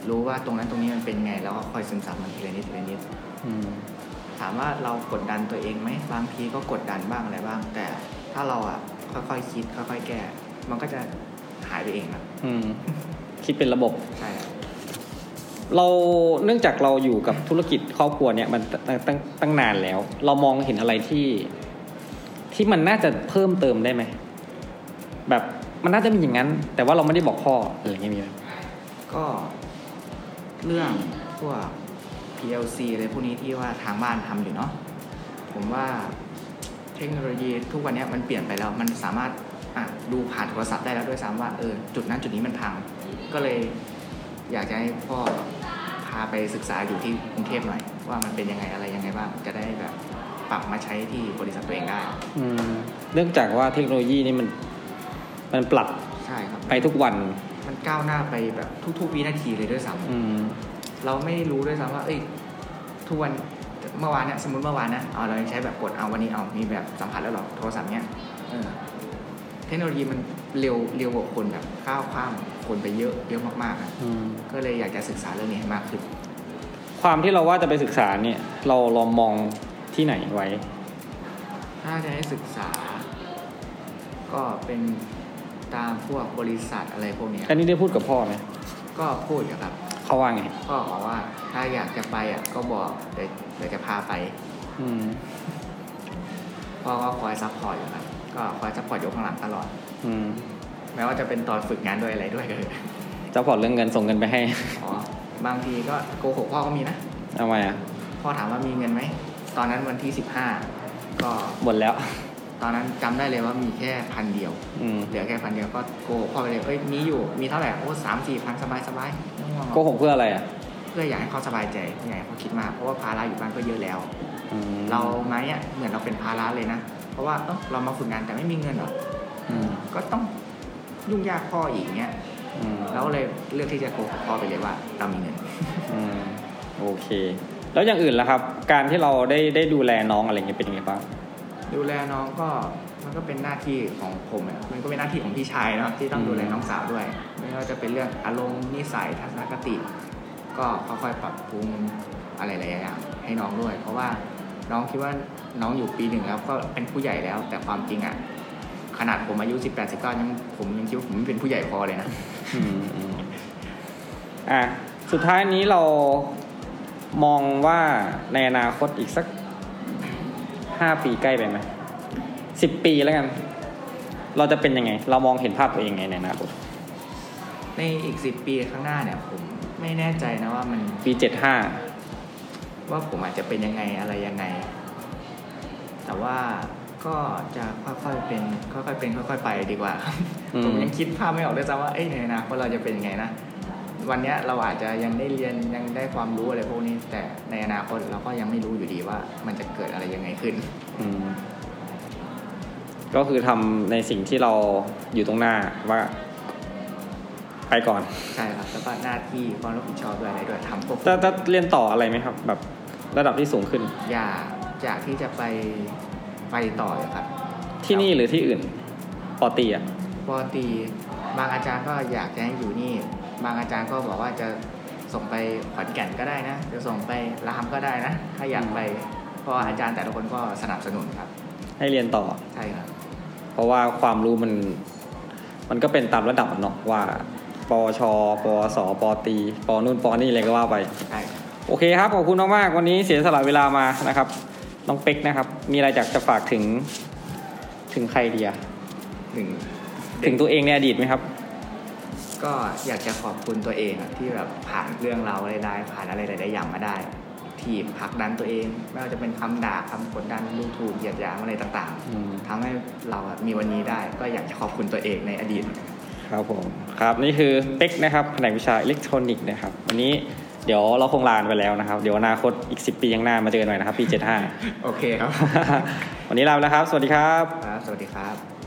รู้ว่าตรงนั้นตรงนี้มันเป็นไง แล้วก็คอยซึมซับมันทีละนิดทีละนิด
อืม
ถามว่าเรากดดันตัวเองไหมบางทีก็กดดันบ้างอะไรบ้าง แต่ถ้าเราอ่ะค่อยๆคิดค่อยๆแก้ มันก็จะหายไปเองครับ
อืม คิดเป็นระบบ
ใช่ครับ
เราเนื่องจากเราอยู่กับธุรกิจครอบครัวเนี่ยมันตั้งตั้งตั้งนานแล้ว เรามองเห็นอะไรที่ ที่มันน่าจะเพิ่มเติมได้ไหมแบบมันน่าจะมีอย่างนั้น แต่ว่าเราไม่ได้บอกพ่ออะไรอย่างเงี้ยมีไหม
ก็เรื่องพวก PLC อะไรพวกนี้ที่ว่าทางบ้านทำอยู่เนาะผมว่าเทคโนโลยีทุกวันเนี้ยมันเปลี่ยนไปแล้ว มันสามารถอ่ะดูผ่านโทรศัพท์ได้แล้วด้วยซ้ำว่าเออจุดนั้นจุดนี้มันพัง ก็เลยอยากจะให้พ่อพาไปศึกษาอยู่ที่กรุงเทพหน่อย ว่ามันเป็นยังไงอะไรยังไงบ้าง จะได้แบบปรับมาใช้ที่บริษัทตัวเองได้
อืม เนื่องจากว่าเทคโนโลยีนี่มัน มันปรับ
ใช่ครับ
ไปทุกวัน
มันก้าวหน้าไปแบบทุกๆวินาทีเลยด้วยซ้ำ
อืม
เราไม่รู้ด้วยซ้ำว่า เอ้ย ทุกวัน เมื่อวานเนี่ย สมมติเมื่อวานนะเอาเรายังใช้แบบกด เอาวันนี้เอา มีแบบสัมผัสแล้วเหรอ โทรศัพท์เนี่ยเออเทคโนโลยีมันเร็ว เร็วกว่าคนแบบก้าวข้ามคนไปเยอะ เยอะมากๆอะ
อืม
ก็เลยอยากจะศึกษาเรื่องนี้ให้มากขึ้น
ความที่เราว่าจะไปศึกษาเนี่ย เราลองมองที่ไหนไว้
ถ้าจะให้ศึกษา ก็เป็นตามพวกบริษัทอะไรพวกเนี้ย
อันนี้ได้พูดกับพ่อไหม
ก็พูดอยู่ครับ
เขาว่าไง
ก็บอกว่า ถ้าอยากจะไปอ่ะ ก็บอก เดี๋ยวเดี๋ยวจะพาไป
อืม
พ่อก็คอยซัพพอร์ตอยู่ครับ ก็คอยซัพพอร์ตอยู่ข้างหลังตลอด
อืม
แม้ว่าจะเป็นตอนฝึกงานด้วยอะไรด้วยก็เถอะ
เจ้าพอร์ตเรื่องเงินส่งเงินไปให้
อ๋อ บางทีก็โกหกพ่อก็มีนะ
ทำไมอ่ะ
พ่อถามว่ามีเงินไหม ตอนนั้นวันที่สิบห้า ก็
หมดแล้ว
ตอนนั้นจำได้เลยว่ามีแค่พันเดียว
อืม
เหลือแค่พันเดียวก็โกหกพ่อไปเลย เอ้ย มีอยู่ มีเท่าไหร่ โอ้สามสี่พันสบายสบายไม่ง่วงหรอ
โกหกเพื่ออะไรอ่ะ
เพื่ออยากให้เขาสบายใจไม่อยากให้เขาคิดมาก เพราะว่าภาระอยู่บ้านก็เยอะแล้ว
อืม
เรามาเนี่ยเหมือนเราเป็นภาระเลยนะ เพราะว่าเอ้าเรามาฝึกงานแต่ไม่มีเงินเหรอ
อืม
ก็ต้องยุ่งยากพ่ออีกเนี้ย
อืม
เราก็เลยเลือกที่จะโกหกพ่อไปเลยว่าเรามีเงิน
อืมโอเค แล้วอย่างอื่นล่ะครับ การที่เราได้ได้ดูแลน้องอะไรเงี้ยเป็นยังไงบ้าง
ดูแลน้องก็มันก็เป็นหน้าที่ของผมอะมันก็เป็นหน้าที่ของพี่ชายเนาะที่ต้องดูแลน้องสาวด้วย ไม่ว่าจะเป็นเรื่องอารมณ์นิสัยทัศนคติ ก็ค่อยๆปรับปรุงอะไรหลายๆอย่างให้น้องด้วย เพราะว่าน้องคิดว่าน้องอยู่ปีหนึ่งแล้วก็เป็นผู้ใหญ่แล้ว แต่ความจริงอะขนาดผมอายุ 18 19ยังผมยังคิดว่าผมไม่เป็นผู้ใหญ่พอเลยนะ
อืมอืมอ่ะ สุดท้ายนี้เรามองว่าในอนาคตอีกสักห้าปีใกล้ไปไหมสิบปีแล้วกัน เราจะเป็นยังไง เรามองเห็นภาพตัวเองไงในอนาคต
ในอีก 10 ปีข้างหน้าเนี่ยผมไม่แน่ใจนะว่ามัน
ปีเจ็ดห้า
ว่าผมอาจจะเป็นยังไงอะไรยังไง แต่ว่าก็จะค่อยๆเป็นค่อยๆเป็นค่อยๆไปดีกว่าครับ
อืม
ผมยังคิดภาพไม่ออกด้วยซ้ำว่าเอ้ยในอนาคตเราจะเป็นยังไงนะ วันเนี้ยเราอาจจะยังได้เรียนยังได้ความรู้อะไรพวกนี้ แต่ในอนาคตเราก็ยังไม่รู้อยู่ดีว่า มันจะเกิดอะไรยังไงขึ้น
อืมก็คือทำในสิ่งที่เราอยู่ตรงหน้าว่า ไปก่อน
ใช่ครับแล้วก็หน้าที่ความรับผิดชอบด้วยอะไรด้วยทำควบคู่
จะจะเรียนต่ออะไรไหมครับ แบบระดับที่สูงขึ้น
อยากอยากที่จะไปไปต่ออยู่ครับ
ที่นี่หรือที่อื่นปอตีอ่ะ
ปกติบางอาจารย์ก็อยากจะให้อยู่นี่ บางอาจารย์ก็บอกว่าจะส่งไปขอนแก่นก็ได้นะ จะส่งไปรามก็ได้นะ ถ้าอยากไปเพราะอาจารย์แต่ละคนก็สนับสนุนครับ
ให้เรียนต่อ
ใช่ครับ
เพราะว่าความรู้มัน มันก็เป็นตามระดับอะเนาะว่าปอชอปอสอปอตีปอนู่นปอนี่อะไรก็ว่าไป
ใช่ครับ
โอเคครับ ขอบคุณมากๆวันนี้เสียสละเวลามานะครับ น้องเป็กนะครับ มีอะไรอยากจะฝากถึง ถึงใครดีอะ
ถึง
ถึงตัวเองในอดีตไหมครับ
ก็อยากจะขอบคุณตัวเองอะที่แบบผ่านเรื่องเราวร้ายๆผ่านอะไรหลายๆอย่างมาได้ ที่ผลักดันตัวเอง ไม่ว่าจะเป็นคำด่าคำกดดันดูถูกเหยียดหยามอะไรต่าง
อืม
ๆทำให้เราอะมีวันนี้ได้ ก็อยากจะขอบคุณตัวเองในอดีต
ครับผมครับนี่คือเป็กนะครับแผนกวิชาอิเล็กทรอนิกส์นะครับวันนี้เดี๋ยวเราคงลากันไปแล้วนะครับ เดี๋ยวอนาคตอีก 10 ปีข้างหน้ามา เจอกันใหม่นะครับปี 75
โอเคครับ
วันนี้ลาไปแล้วครับ สวัสดีครับ
ครับ สวัสดีครับ